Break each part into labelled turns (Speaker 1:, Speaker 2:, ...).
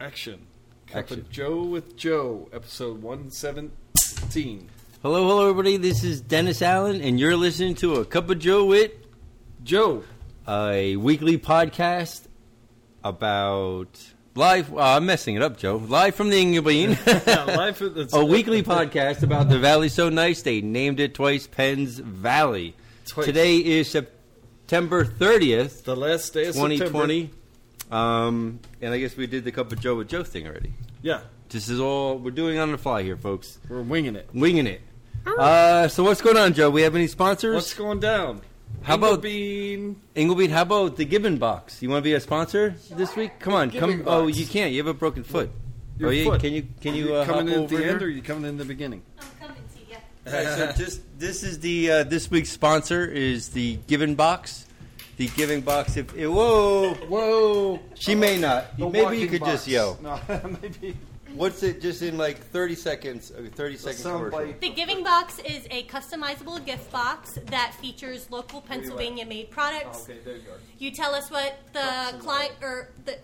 Speaker 1: Action. Cup
Speaker 2: Action.
Speaker 1: and Joe with Joe, episode 117.
Speaker 2: Hello, hello, everybody. This is Dennis Allen, and you're listening to A Cup of Joe with
Speaker 1: Joe,
Speaker 2: a weekly podcast about live. Uh, I'm messing it up, Joe. Live from the Inglebean.
Speaker 1: life at the
Speaker 2: a weekly podcast about the valley so nice they named it twice Penn's Valley.
Speaker 1: Twice.
Speaker 2: Today is September 30th,
Speaker 1: The last day of
Speaker 2: 2020. Um, and I guess we did the Cup of Joe with Joe thing already.
Speaker 1: September. Yeah,
Speaker 2: This is all we're doing on the fly here, folks.
Speaker 1: we're winging it.
Speaker 2: Winging it. Uh, so what's going on, Joe? We have any sponsors?
Speaker 1: What's going down?
Speaker 2: How about-
Speaker 1: being?
Speaker 2: Inglebean, how about the Gibbon Box? You want to be a sponsor this week? Come on,
Speaker 1: Gibbon
Speaker 2: come. Oh,
Speaker 1: Box.
Speaker 2: you can't. You have a broken foot.
Speaker 1: Your
Speaker 2: oh, yeah.
Speaker 1: foot.
Speaker 2: Can you can
Speaker 1: Are
Speaker 2: you, uh,
Speaker 1: coming
Speaker 2: hop
Speaker 1: in at
Speaker 2: over
Speaker 1: the
Speaker 2: here?
Speaker 1: end or are you coming in the beginning?
Speaker 3: I'm coming to you.
Speaker 2: Okay, so just this is the uh, this week's sponsor is the Given Box. The Giving Box. If eh, whoa,
Speaker 1: Whoa!
Speaker 2: she may not.
Speaker 1: The
Speaker 2: Maybe you
Speaker 1: walking
Speaker 2: could just
Speaker 1: box.
Speaker 2: yo.
Speaker 1: No, maybe.
Speaker 2: What's it? Just in like thirty seconds. A thirty second
Speaker 1: sound
Speaker 2: commercial.
Speaker 1: bite.
Speaker 3: The Giving Box is a customizable gift box that features local Pennsylvania made
Speaker 1: Oh,
Speaker 3: products.
Speaker 1: okay, there you go.
Speaker 3: You tell us what
Speaker 1: Box
Speaker 3: the
Speaker 1: is
Speaker 3: client or the.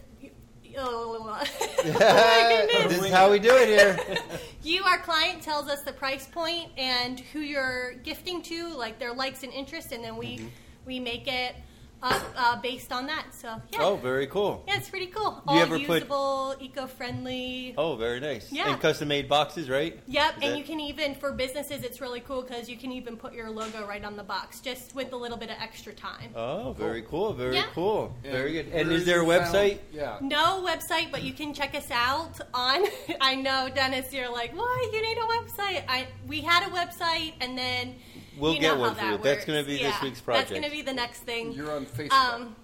Speaker 3: Oh, my
Speaker 2: this
Speaker 3: goodness.
Speaker 2: is how we do it here.
Speaker 3: you, our client, tells us the price point and who you're gifting to, like their likes and interests, and then
Speaker 2: Mm-hmm.
Speaker 3: we we make it up uh, based on that. So yeah,
Speaker 2: Oh, very cool.
Speaker 3: yeah, it's pretty cool.
Speaker 2: You
Speaker 3: All
Speaker 2: ever put-
Speaker 3: usable, eco-friendly.
Speaker 2: Oh, very nice.
Speaker 3: Yeah.
Speaker 2: And custom made boxes, right?
Speaker 3: Yep,
Speaker 2: That-
Speaker 3: and you can even for businesses, it's really cool because you can even put your logo right on the box, just with a little bit of extra time.
Speaker 2: Oh, very cool. Very
Speaker 3: Yeah.
Speaker 2: cool. Very good. And
Speaker 1: where
Speaker 2: is there a
Speaker 1: you found-
Speaker 2: website?
Speaker 1: Yeah.
Speaker 3: No website, but you can check us out on. I know, Dennis, you're like, why you need a website? I we had a website, and then
Speaker 2: We'll
Speaker 3: you
Speaker 2: get
Speaker 3: know
Speaker 2: one
Speaker 3: how
Speaker 2: for
Speaker 3: that
Speaker 2: you. That's gonna
Speaker 3: works.
Speaker 2: be this
Speaker 3: Yeah,
Speaker 2: week's
Speaker 3: That's
Speaker 2: project.
Speaker 3: gonna be the next thing.
Speaker 1: You're on Facebook.
Speaker 3: Um,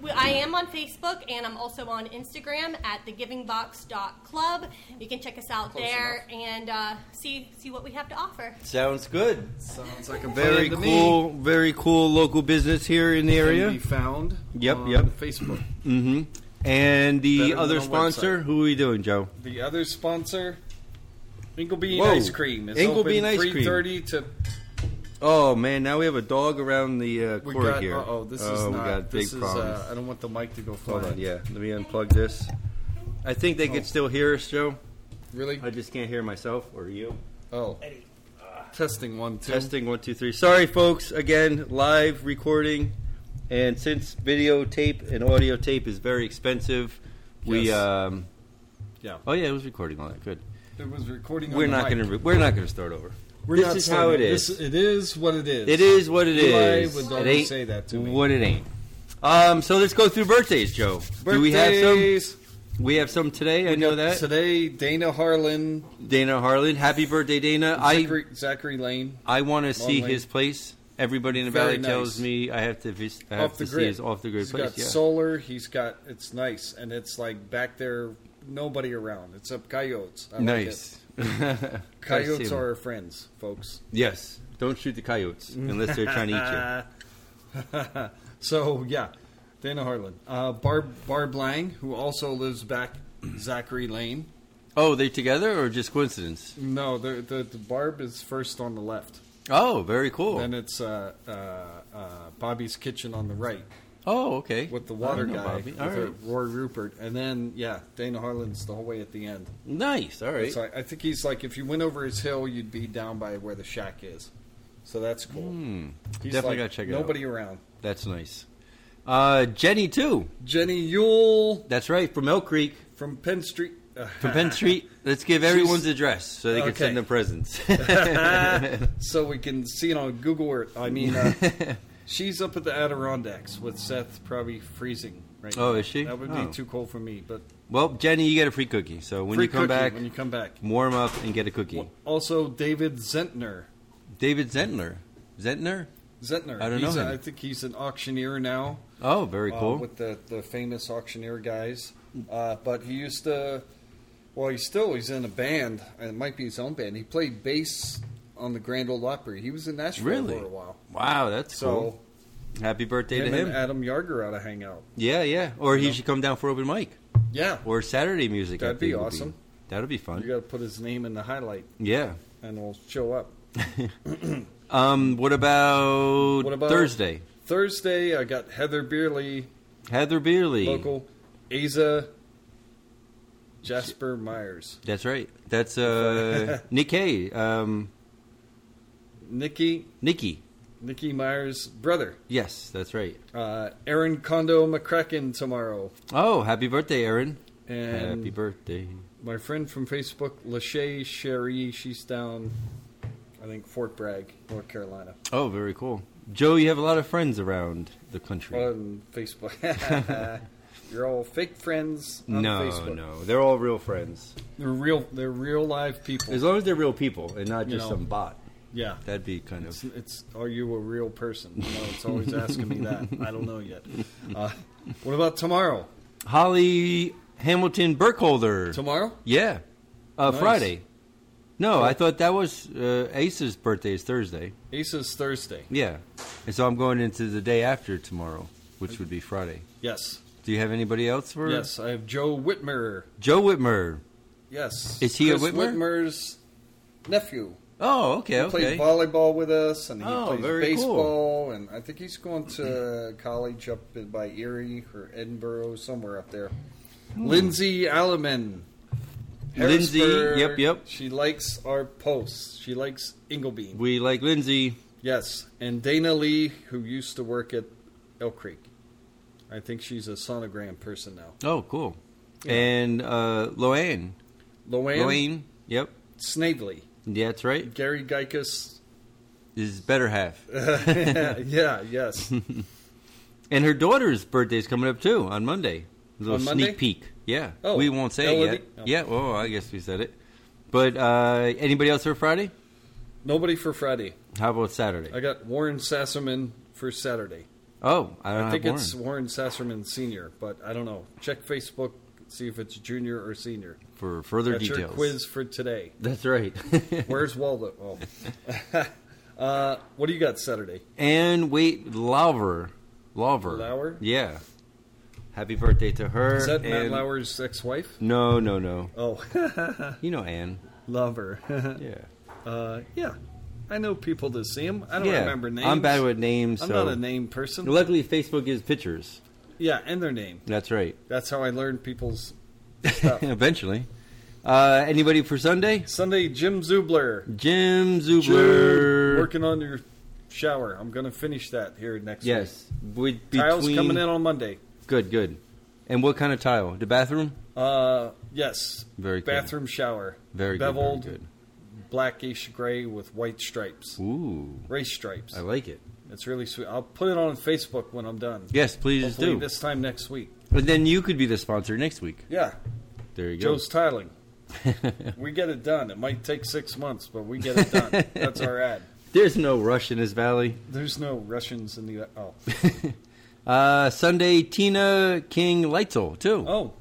Speaker 3: w- I am on Facebook and I'm also on Instagram at thegivingbox.club. You can check us out
Speaker 1: Close
Speaker 3: there and uh, see see what we have to offer.
Speaker 2: Sounds good.
Speaker 1: Sounds like a
Speaker 2: Very
Speaker 1: plan to me.
Speaker 2: cool. Very cool local business here in the
Speaker 1: Can
Speaker 2: area.
Speaker 1: be found.
Speaker 2: Yep,
Speaker 1: on
Speaker 2: yep.
Speaker 1: Facebook.
Speaker 2: hmm And the
Speaker 1: Better than
Speaker 2: other
Speaker 1: a
Speaker 2: sponsor,
Speaker 1: website.
Speaker 2: who are we doing, Joe?
Speaker 1: The other sponsor, Inglebean
Speaker 2: Whoa.
Speaker 1: Ice Cream. is
Speaker 2: Inglebean
Speaker 1: open
Speaker 2: Ice Cream.
Speaker 1: 3:30 to
Speaker 2: Oh man, now we have a dog around the uh,
Speaker 1: we
Speaker 2: court
Speaker 1: got.
Speaker 2: here.
Speaker 1: Uh oh, this is
Speaker 2: Oh,
Speaker 1: not.
Speaker 2: we got big
Speaker 1: this is.
Speaker 2: problems.
Speaker 1: Uh, I don't want the mic to go
Speaker 2: Hold
Speaker 1: flying.
Speaker 2: on, yeah. Let me unplug this. I think they could
Speaker 1: Oh.
Speaker 2: still hear us, Joe.
Speaker 1: Really?
Speaker 2: I just can't hear myself or you.
Speaker 1: Oh. Testing one two.
Speaker 2: Testing one, two, three. Sorry, folks. Again, live recording, and since videotape and audio tape is very expensive, we
Speaker 1: Yes.
Speaker 2: um,
Speaker 1: Yeah.
Speaker 2: oh yeah, it was recording all that. Good.
Speaker 1: It was recording. on
Speaker 2: we're
Speaker 1: the
Speaker 2: not
Speaker 1: mic.
Speaker 2: gonna re- we're not gonna start over.
Speaker 1: We're
Speaker 2: this
Speaker 1: not
Speaker 2: is
Speaker 1: starting.
Speaker 2: how it is.
Speaker 1: This, it is what it is.
Speaker 2: It is what it
Speaker 1: Eli
Speaker 2: is.
Speaker 1: would
Speaker 2: it
Speaker 1: always
Speaker 2: ain't
Speaker 1: say that to me.
Speaker 2: what it ain't. Um, so let's go through birthdays, Joe. Do we have some?
Speaker 1: Birthdays.
Speaker 2: We have some today. I
Speaker 1: We
Speaker 2: know
Speaker 1: got
Speaker 2: that.
Speaker 1: today. Dana Harlan,
Speaker 2: Dana Harlan, happy birthday, Dana. I
Speaker 1: Zachary, Zachary Lane.
Speaker 2: I want to see
Speaker 1: Lane.
Speaker 2: his place. Everybody in the
Speaker 1: Very
Speaker 2: valley tells
Speaker 1: nice.
Speaker 2: me I have to vis- I
Speaker 1: off
Speaker 2: have to
Speaker 1: the
Speaker 2: see
Speaker 1: grid.
Speaker 2: his off the grid
Speaker 1: He's
Speaker 2: place.
Speaker 1: got
Speaker 2: yeah.
Speaker 1: solar. He's got. It's nice, and it's like back there, nobody around. It's up coyotes. I like
Speaker 2: Nice.
Speaker 1: it. Coyotes are our friends, folks.
Speaker 2: yes. Don't shoot the coyotes unless they're trying to
Speaker 1: So yeah, Dana Harlan, uh, Barb Barb Lang, who also lives back Zachary Lane.
Speaker 2: eat you. Oh, they together or just coincidence?
Speaker 1: No, the, the, the Barb is first on the left.
Speaker 2: Oh, very cool.
Speaker 1: Then it's uh, uh, uh, Bobby's Kitchen on the right
Speaker 2: oh, okay.
Speaker 1: with the
Speaker 2: I
Speaker 1: water
Speaker 2: don't know,
Speaker 1: guy,
Speaker 2: Bobby.
Speaker 1: with
Speaker 2: All
Speaker 1: her-
Speaker 2: right.
Speaker 1: Roy Rupert, and then yeah, Dana Harlan's the whole way at the end.
Speaker 2: Nice. All right.
Speaker 1: So I, I think he's like, if you went over his hill, you'd be down by where the shack is. So that's cool. He's
Speaker 2: Mm, Definitely
Speaker 1: like,
Speaker 2: gotta check it out.
Speaker 1: Nobody around.
Speaker 2: Hmm, That's nice. Uh, Jenny too.
Speaker 1: Jenny Yule
Speaker 2: That's right from Elk Creek,
Speaker 1: from Penn Street.
Speaker 2: from Penn Street. Let's give everyone's address so they can
Speaker 1: Okay.
Speaker 2: send them presents.
Speaker 1: so we can see it on Google Earth. I mean, uh, she's up at the Adirondacks with Seth, probably freezing right now.
Speaker 2: Oh, is she?
Speaker 1: That would
Speaker 2: Oh.
Speaker 1: be too cold for me. But
Speaker 2: well, Jenny, you get a free cookie. So when
Speaker 1: free
Speaker 2: you
Speaker 1: cookie
Speaker 2: come back,
Speaker 1: when you come back.
Speaker 2: warm up and get a cookie.
Speaker 1: Also, David Zentner.
Speaker 2: David Zentner. Zentner.
Speaker 1: Zentner.
Speaker 2: I don't
Speaker 1: he's
Speaker 2: know
Speaker 1: a-
Speaker 2: him.
Speaker 1: I think he's an auctioneer now.
Speaker 2: Oh, very
Speaker 1: uh,
Speaker 2: cool.
Speaker 1: with the, the famous auctioneer guys. Uh, but he used to, well, he's still he's in a band. and It might be his own band. He played bass on the Grand Ole Opry. He was in Nashville
Speaker 2: Really?
Speaker 1: for a while.
Speaker 2: Wow, that's
Speaker 1: So
Speaker 2: cool. Happy birthday
Speaker 1: him,
Speaker 2: to him.
Speaker 1: and Adam Yarger ought to hang out.
Speaker 2: yeah, yeah. Or he should come down for open mic
Speaker 1: Yeah,
Speaker 2: or Saturday music. I
Speaker 1: That'd be
Speaker 2: think would
Speaker 1: awesome.
Speaker 2: That'd be
Speaker 1: you
Speaker 2: fun.
Speaker 1: got to put his name in the highlight,
Speaker 2: Yeah.
Speaker 1: and we'll show up.
Speaker 2: Um. What about,
Speaker 1: What about-
Speaker 2: Thursday?
Speaker 1: Thursday, I got Heather Beerley,
Speaker 2: Heather Beerley.
Speaker 1: local, Aza Jasper Myers.
Speaker 2: That's right. That's uh, Nikkei. Um,
Speaker 1: Nikki,
Speaker 2: Nikki.
Speaker 1: Nikki Myers' brother.
Speaker 2: Yes, that's right.
Speaker 1: Uh, Aaron Kondo McCracken tomorrow.
Speaker 2: Oh, happy birthday, Aaron.
Speaker 1: And
Speaker 2: happy birthday.
Speaker 1: my friend from Facebook, Lachey Sherry, she's down, I think, Fort Bragg, North Carolina.
Speaker 2: Oh, very cool. Joe, you have a lot of friends around the country.
Speaker 1: On Facebook. You're all fake friends on
Speaker 2: no,
Speaker 1: Facebook.
Speaker 2: no. They're all real friends.
Speaker 1: They're real they're real live people.
Speaker 2: As long as they're real people and not
Speaker 1: You
Speaker 2: just
Speaker 1: know.
Speaker 2: some bot.
Speaker 1: yeah.
Speaker 2: That'd be kind
Speaker 1: It's,
Speaker 2: of.
Speaker 1: it's are you a real person? You know, it's always asking me that. I don't know yet. Uh, what about tomorrow?
Speaker 2: Holly Hamilton Burkholder.
Speaker 1: Tomorrow?
Speaker 2: yeah. Uh,
Speaker 1: Nice.
Speaker 2: Friday. No, I thought that was uh, Ace's birthday is Thursday.
Speaker 1: Aces Thursday.
Speaker 2: Yeah. And so I'm going into the day after tomorrow, which would be Friday.
Speaker 1: Yes.
Speaker 2: Do you have anybody else for?
Speaker 1: Yes, I have Joe Whitmer.
Speaker 2: Joe Whitmer.
Speaker 1: Yes.
Speaker 2: Is he a
Speaker 1: Chris
Speaker 2: Whitmer?
Speaker 1: Whitmer's nephew.
Speaker 2: Oh, okay,
Speaker 1: he played
Speaker 2: okay.
Speaker 1: volleyball with us, and he
Speaker 2: Oh,
Speaker 1: plays
Speaker 2: very
Speaker 1: baseball, and I think he's going to college up in- by Erie or Edinburgh, somewhere up there. Lindsay Alleman.
Speaker 2: Hmm. Lindsay,
Speaker 1: Harrisburg.
Speaker 2: yep, yep.
Speaker 1: She likes our posts. She likes Inglebean.
Speaker 2: We like Lindsay.
Speaker 1: Yes, and Dana Lee, who used to work at Elk Creek. I think she's a sonogram person now.
Speaker 2: Oh, cool. And uh, Loanne.
Speaker 1: Loanne
Speaker 2: Loanne. Yep.
Speaker 1: Snavely.
Speaker 2: Yeah, that's right.
Speaker 1: Gary Geikus.
Speaker 2: Is better half.
Speaker 1: yeah, yes.
Speaker 2: And her daughter's birthday is coming up too on Monday. A little
Speaker 1: On
Speaker 2: sneak
Speaker 1: Monday?
Speaker 2: peek. Yeah.
Speaker 1: Oh,
Speaker 2: we won't say it
Speaker 1: Elodie?
Speaker 2: yet.
Speaker 1: Oh.
Speaker 2: Yeah. Oh, I guess we said it. But uh, anybody else for Friday?
Speaker 1: Nobody for Friday.
Speaker 2: How about Saturday?
Speaker 1: I got Warren Sasserman for Saturday.
Speaker 2: oh, I don't
Speaker 1: I
Speaker 2: have
Speaker 1: think
Speaker 2: Warren.
Speaker 1: it's Warren Sasserman Senior, but I don't know. Check Facebook, see if it's junior or senior.
Speaker 2: for further
Speaker 1: That's
Speaker 2: details.
Speaker 1: your quiz for today.
Speaker 2: That's right.
Speaker 1: Where's Waldo? Oh. uh, what do you got Saturday?
Speaker 2: and wait, Lauver. Lauver.
Speaker 1: Lauer?
Speaker 2: Yeah. Happy birthday to her.
Speaker 1: Is that Matt
Speaker 2: and-
Speaker 1: Lauer's ex-wife?
Speaker 2: No, no, no.
Speaker 1: Oh,
Speaker 2: You know Anne.
Speaker 1: love her.
Speaker 2: Yeah.
Speaker 1: uh, yeah, I know people that see him. I don't
Speaker 2: yeah.
Speaker 1: remember names.
Speaker 2: I'm bad with names.
Speaker 1: I'm
Speaker 2: so.
Speaker 1: not a name person.
Speaker 2: Luckily, Facebook gives pictures.
Speaker 1: Yeah, and their name.
Speaker 2: That's right.
Speaker 1: That's how I learned people's stuff.
Speaker 2: Eventually. Uh, anybody for Sunday?
Speaker 1: Sunday, Jim Zubler.
Speaker 2: Jim
Speaker 1: Jude,
Speaker 2: Zubler.
Speaker 1: working on your shower. I'm going to finish that here next week.
Speaker 2: Yes. With between...
Speaker 1: Kyle's coming in on Monday.
Speaker 2: Good, good. And what kind of tile? The bathroom?
Speaker 1: Uh, yes.
Speaker 2: Very good.
Speaker 1: Bathroom shower.
Speaker 2: Very good, very
Speaker 1: Beveled,
Speaker 2: good.
Speaker 1: blackish gray with white stripes.
Speaker 2: Ooh,
Speaker 1: Race stripes.
Speaker 2: I like it.
Speaker 1: It's really sweet. I'll put it on Facebook when I'm done.
Speaker 2: Yes, please
Speaker 1: Hopefully
Speaker 2: do.
Speaker 1: this time next week.
Speaker 2: But then you could be the sponsor next week.
Speaker 1: Yeah.
Speaker 2: There you go.
Speaker 1: Joe's tiling. we get it done. It might take six months, but we get it done. That's our ad.
Speaker 2: There's no rush in this valley.
Speaker 1: There's no Russians in the. Oh.
Speaker 2: Uh, Sunday, Tina King Leitzel, too.
Speaker 1: Oh,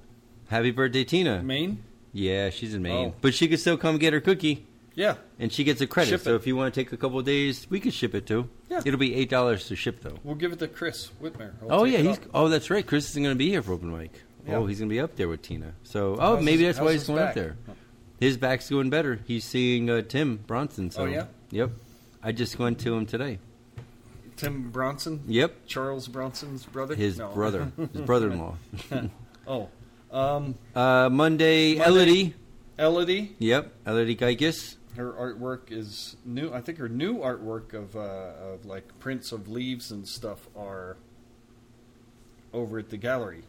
Speaker 2: Happy birthday, Tina.
Speaker 1: Maine?
Speaker 2: Yeah, she's in Maine.
Speaker 1: Oh.
Speaker 2: But she could still come get her cookie,
Speaker 1: Yeah.
Speaker 2: and she gets a credit.
Speaker 1: Ship
Speaker 2: so
Speaker 1: it.
Speaker 2: if you want to take a couple of days, we could ship it, too.
Speaker 1: Yeah.
Speaker 2: It'll be $8 to ship, though.
Speaker 1: We'll give it to Chris Whitmer. He'll
Speaker 2: oh
Speaker 1: take
Speaker 2: yeah,
Speaker 1: it
Speaker 2: he's
Speaker 1: up.
Speaker 2: oh that's right. Chris isn't going to be here for open mic.
Speaker 1: Yeah.
Speaker 2: Oh, he's going to be up there with Tina. So oh
Speaker 1: How's
Speaker 2: maybe
Speaker 1: his-
Speaker 2: that's why
Speaker 1: how's
Speaker 2: he's
Speaker 1: his
Speaker 2: going
Speaker 1: back?
Speaker 2: up there. His back's going better. He's seeing uh, Tim Bronson. So.
Speaker 1: Oh, yeah?
Speaker 2: Yep. I just went to him today.
Speaker 1: Tim Bronson?
Speaker 2: Yep.
Speaker 1: Charles Bronson's brother?
Speaker 2: His
Speaker 1: No.
Speaker 2: brother, his brother-in-law.
Speaker 1: oh. Um,
Speaker 2: Uh, Monday,
Speaker 1: Monday.
Speaker 2: Elodie.
Speaker 1: Elodie,
Speaker 2: Yep, Elodie Geikis.
Speaker 1: her artwork is new. I think her new artwork of, uh, of like prints of leaves and stuff are over at the gallery.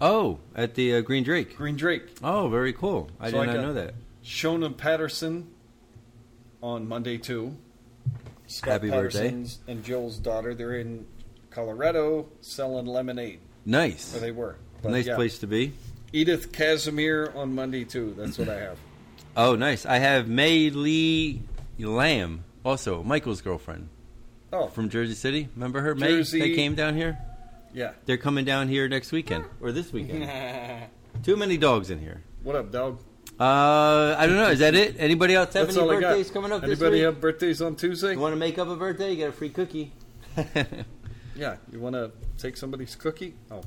Speaker 2: Oh, at the uh, Green Drake.
Speaker 1: Green Drake.
Speaker 2: Oh, very cool. I
Speaker 1: So
Speaker 2: did
Speaker 1: I
Speaker 2: not
Speaker 1: got-
Speaker 2: know that.
Speaker 1: Shona Patterson on Monday, too. Scott
Speaker 2: Happy birthday.
Speaker 1: Patterson's and Joel's daughter. They're in Colorado selling lemonade,
Speaker 2: Nice,
Speaker 1: or they were. But
Speaker 2: nice
Speaker 1: yeah.
Speaker 2: place to be.
Speaker 1: Edith Casimir on Monday, too. That's what I have.
Speaker 2: Oh, nice. I have May Lee Lamb, also Michael's girlfriend.
Speaker 1: Oh,
Speaker 2: from Jersey City. Remember her? May
Speaker 1: Jersey.
Speaker 2: they came down here.
Speaker 1: yeah.
Speaker 2: They're coming down here next weekend or this weekend. Too many dogs in here.
Speaker 1: What up, dog?
Speaker 2: Uh, I don't know. Is that it? Anybody else have
Speaker 1: That's
Speaker 2: any
Speaker 1: all I got.
Speaker 2: birthdays coming up this
Speaker 1: Anybody
Speaker 2: week?
Speaker 1: have birthdays on Tuesday?
Speaker 2: You want to make up a birthday? You get a free cookie.
Speaker 1: yeah. You want to take somebody's cookie? Oh,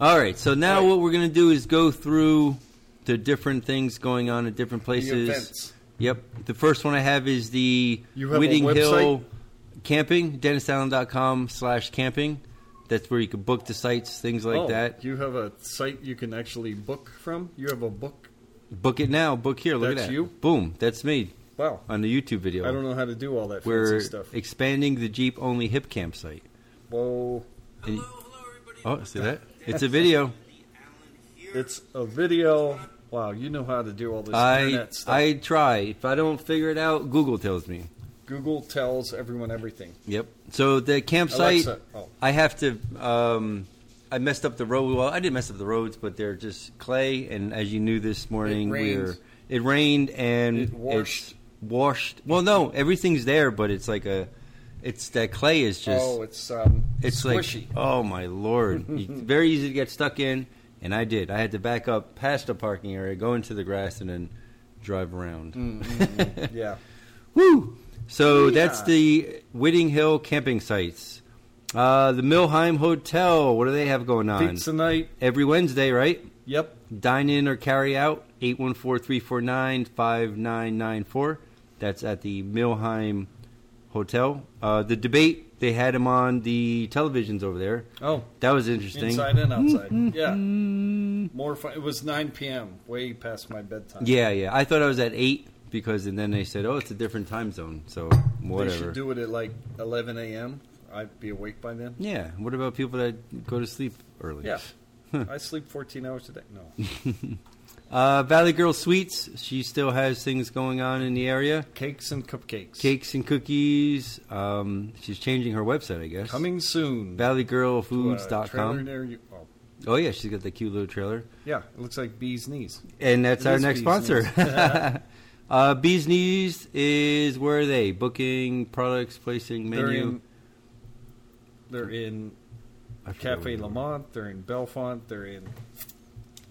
Speaker 2: All right. So now
Speaker 1: All right.
Speaker 2: what we're gonna do is go through the different things going on at different
Speaker 1: the
Speaker 2: places.
Speaker 1: events.
Speaker 2: Yep. The first one I have is the
Speaker 1: You have a
Speaker 2: Whitting Hill camping, DennisAllen.com slash camping. That's where you can book the sites, things like
Speaker 1: Oh,
Speaker 2: that.
Speaker 1: You have a site you can actually book from. You have a book.
Speaker 2: Book it now. Book here. Look
Speaker 1: That's
Speaker 2: at that.
Speaker 1: you?
Speaker 2: Boom. That's me
Speaker 1: Wow.
Speaker 2: on the YouTube video.
Speaker 1: I don't know how to do all that fancy
Speaker 2: We're
Speaker 1: stuff.
Speaker 2: expanding the Jeep only hip camp site.
Speaker 1: Whoa.
Speaker 2: Hello, hello, everybody. Oh, see that? It's a video.
Speaker 1: It's a video. Wow, you know how to do all this
Speaker 2: I
Speaker 1: internet stuff.
Speaker 2: I try. If I don't figure it out, Google tells me.
Speaker 1: Google tells everyone everything.
Speaker 2: Yep. So the campsite,
Speaker 1: Alexa. Oh.
Speaker 2: I have to. Um, I messed up the road. Well, I didn't mess up the roads, but they're just clay. And as you knew this morning,
Speaker 1: rained.
Speaker 2: we're it rained and
Speaker 1: It washed.
Speaker 2: It's washed. Well, no, everything's there, but it's like a. It's that clay is just.
Speaker 1: oh, it's um,
Speaker 2: it's
Speaker 1: squishy.
Speaker 2: like oh my lord, It's very easy to get stuck in. And I did. I had to back up past the parking area, go into the grass, and then drive around.
Speaker 1: Mm. yeah.
Speaker 2: Woo! So that's
Speaker 1: Yeah.
Speaker 2: the Whitting Hill camping sites. Uh, the Milheim Hotel, what do they have going on?
Speaker 1: Pizza night.
Speaker 2: Every Wednesday, right?
Speaker 1: Yep.
Speaker 2: Dine in or carry out, 814-349-5994. That's at the Milheim Hotel. Uh, the debate, they had him on the televisions over there.
Speaker 1: Oh,
Speaker 2: That was interesting.
Speaker 1: inside and outside. yeah. More fun. It was 9 p.m. Way past my bedtime.
Speaker 2: Yeah, yeah. I thought I was at 8 because and then they said, oh, it's a different time zone. So
Speaker 1: They should
Speaker 2: whatever.
Speaker 1: do it at like 11 a.m. I'd be awake by then.
Speaker 2: Yeah. What about people that go to sleep early?
Speaker 1: Yeah. I sleep 14 hours a day. No.
Speaker 2: Uh, Valley Girl Sweets. She still has things going on in the area.
Speaker 1: Cakes and cupcakes.
Speaker 2: Cakes and cookies. Um, she's changing her website, I guess.
Speaker 1: Coming soon. Uh, trailer
Speaker 2: ValleyGirlFoods.com.
Speaker 1: near you. Oh,
Speaker 2: Oh, yeah, she's got the cute little trailer.
Speaker 1: yeah, it looks like bees' knees.
Speaker 2: And that's
Speaker 1: It
Speaker 2: our
Speaker 1: is
Speaker 2: next
Speaker 1: Bees
Speaker 2: sponsor. uh, Bees Knees is where are they? Booking, products, placing,
Speaker 1: They're
Speaker 2: menu.
Speaker 1: in, they're in
Speaker 2: I forget
Speaker 1: Cafe
Speaker 2: what-
Speaker 1: Lamont, they're in Belfont, they're in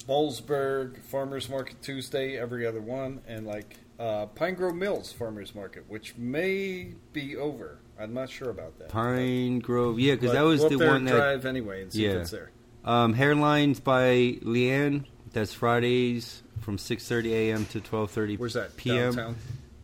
Speaker 1: Bowlesburg, Farmers Market Tuesday, every other one, and like uh, Pine Grove Mills Farmers Market, which may be over. I'm not sure about that.
Speaker 2: Pine Grove. Yeah, because
Speaker 1: But
Speaker 2: that was
Speaker 1: go up
Speaker 2: the
Speaker 1: there
Speaker 2: one
Speaker 1: and
Speaker 2: that.
Speaker 1: drive anyway and see
Speaker 2: Yeah.
Speaker 1: if it's there.
Speaker 2: Um, Hairlines by Leanne. That's Fridays from 6.30 a.m. to 12.30
Speaker 1: Where's that?
Speaker 2: p.m.
Speaker 1: Downtown.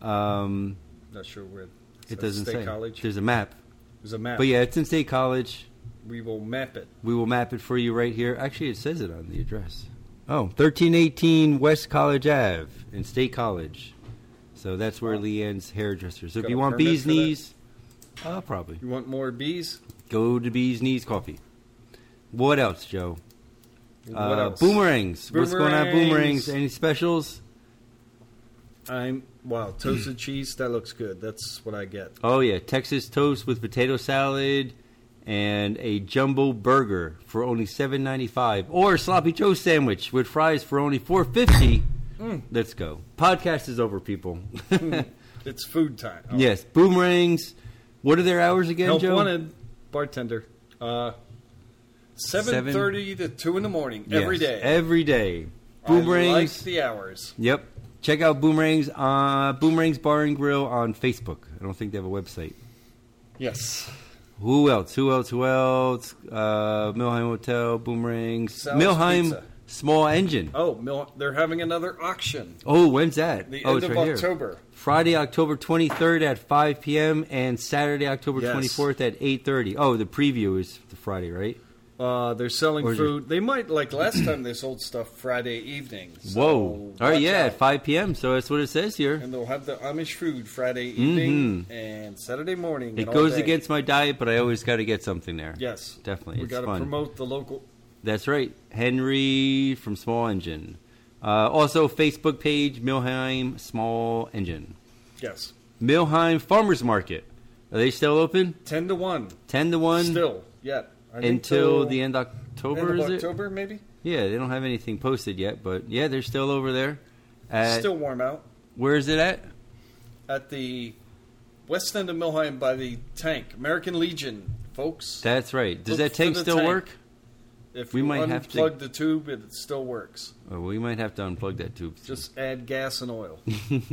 Speaker 2: Um,
Speaker 1: Not sure where.
Speaker 2: it
Speaker 1: says
Speaker 2: doesn't
Speaker 1: State
Speaker 2: say.
Speaker 1: College.
Speaker 2: There's a map.
Speaker 1: There's a map.
Speaker 2: But yeah, it's in State College.
Speaker 1: we will map it.
Speaker 2: We will map it for you right here. Actually, it says it on the address. Oh, 1318 West College Ave in State College. So that's where
Speaker 1: Wow.
Speaker 2: Leanne's hairdresser. So
Speaker 1: Got
Speaker 2: if you
Speaker 1: a
Speaker 2: want
Speaker 1: permit
Speaker 2: bees
Speaker 1: for that?
Speaker 2: knees, uh, probably
Speaker 1: You want more bees?
Speaker 2: go to Bees Knees Coffee. What else, Joe?
Speaker 1: What
Speaker 2: uh,
Speaker 1: else?
Speaker 2: Boomerangs. What's going on,
Speaker 1: Boomerangs.
Speaker 2: boomerangs? Any specials?
Speaker 1: I'm wow. Toasted cheese. That looks good. That's what I get.
Speaker 2: Oh yeah, Texas toast with potato salad and a jumbo burger for only seven ninety five, or sloppy joe sandwich with fries for only four fifty.
Speaker 1: Mm.
Speaker 2: Let's go. Podcast is over, people.
Speaker 1: It's food time. Oh.
Speaker 2: Yes, boomerangs. What are their hours again,
Speaker 1: Help
Speaker 2: Joe?
Speaker 1: wanted, bartender. Uh, seven thirty to two in the morning
Speaker 2: Yes,
Speaker 1: every day.
Speaker 2: Every day.
Speaker 1: I like
Speaker 2: Boomerangs.
Speaker 1: the hours.
Speaker 2: Yep. Check out Boomerangs uh, Boomerangs Bar and Grill on Facebook. I don't think they have a website.
Speaker 1: Yes,
Speaker 2: Who else? Who else? Who else? Uh, Milheim Hotel, Boomerangs,
Speaker 1: Sal's
Speaker 2: Milheim
Speaker 1: Pizza.
Speaker 2: Small Engine.
Speaker 1: Oh, Mil- they're having another auction
Speaker 2: Oh, when's that?
Speaker 1: the
Speaker 2: oh,
Speaker 1: end
Speaker 2: it's
Speaker 1: of
Speaker 2: right here.
Speaker 1: October.
Speaker 2: Friday, October 23rd at 5 p.m. and Saturday, October
Speaker 1: Yes.
Speaker 2: 24th at 8:30. Oh, the preview is the Friday, right?
Speaker 1: Uh, they're selling
Speaker 2: Or is it-
Speaker 1: food. They might like last time they sold stuff Friday evening. so
Speaker 2: Whoa! All right,
Speaker 1: watch
Speaker 2: yeah,
Speaker 1: out.
Speaker 2: at 5 p.m. So that's what it says here.
Speaker 1: and they'll have the Amish food Friday evening and Saturday morning. and
Speaker 2: Mm-hmm. It
Speaker 1: all
Speaker 2: goes
Speaker 1: day.
Speaker 2: against my diet, but I always got to get something there.
Speaker 1: Yes,
Speaker 2: Definitely,
Speaker 1: We
Speaker 2: it's
Speaker 1: gotta
Speaker 2: fun.
Speaker 1: promote the local.
Speaker 2: That's right, Henry from Small Engine. Uh, also, Facebook page Milheim Small Engine.
Speaker 1: Yes,
Speaker 2: Milheim Farmers Market. Are they still open?
Speaker 1: ten to one.
Speaker 2: 10 to 1
Speaker 1: Still, yeah. I think
Speaker 2: until
Speaker 1: till
Speaker 2: the end of
Speaker 1: end
Speaker 2: October,
Speaker 1: of
Speaker 2: is it?
Speaker 1: October, maybe.
Speaker 2: Yeah, they don't have anything posted yet, but yeah, they're still over there. At,
Speaker 1: Still warm out
Speaker 2: Where is it at?
Speaker 1: at the west end of Milheim by the tank, American Legion, folks.
Speaker 2: That's right. Does
Speaker 1: Look
Speaker 2: that
Speaker 1: for
Speaker 2: tank
Speaker 1: the
Speaker 2: still
Speaker 1: tank.
Speaker 2: work?
Speaker 1: if
Speaker 2: we
Speaker 1: you
Speaker 2: might have to-
Speaker 1: unplug the tube, it still works.
Speaker 2: Oh, we might have to unplug that tube.
Speaker 1: Just add gas and oil.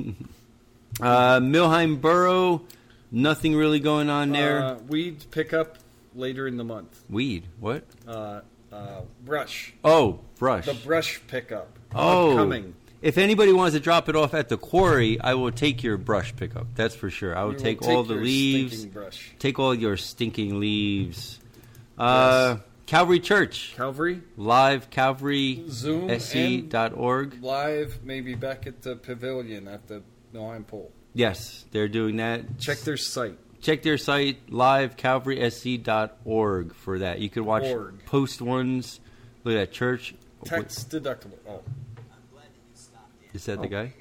Speaker 2: Uh, Milheim Borough, nothing really going on there.
Speaker 1: Uh, weed pickup later in the month.
Speaker 2: Weed. What?
Speaker 1: Uh, uh, brush,
Speaker 2: Oh, brush.
Speaker 1: the brush pickup.
Speaker 2: oh,
Speaker 1: coming.
Speaker 2: If anybody wants to drop it off at the quarry, I will take your brush pickup. That's for sure. I will, take, all the leaves.
Speaker 1: Brush.
Speaker 2: Take all your stinking leaves. Uh, Calvary Church,
Speaker 1: Calvary
Speaker 2: live Calvary
Speaker 1: Zoom
Speaker 2: E
Speaker 1: and-
Speaker 2: sc.org.
Speaker 1: live, maybe back at the pavilion at the Milheim Pool.
Speaker 2: Yes, they're doing that.
Speaker 1: Check their site.
Speaker 2: check their site livecalvarysc.org E for that. You could watch
Speaker 1: Org.
Speaker 2: post ones. Look at that church.
Speaker 1: Tax deductible. Oh
Speaker 2: Is that the guy?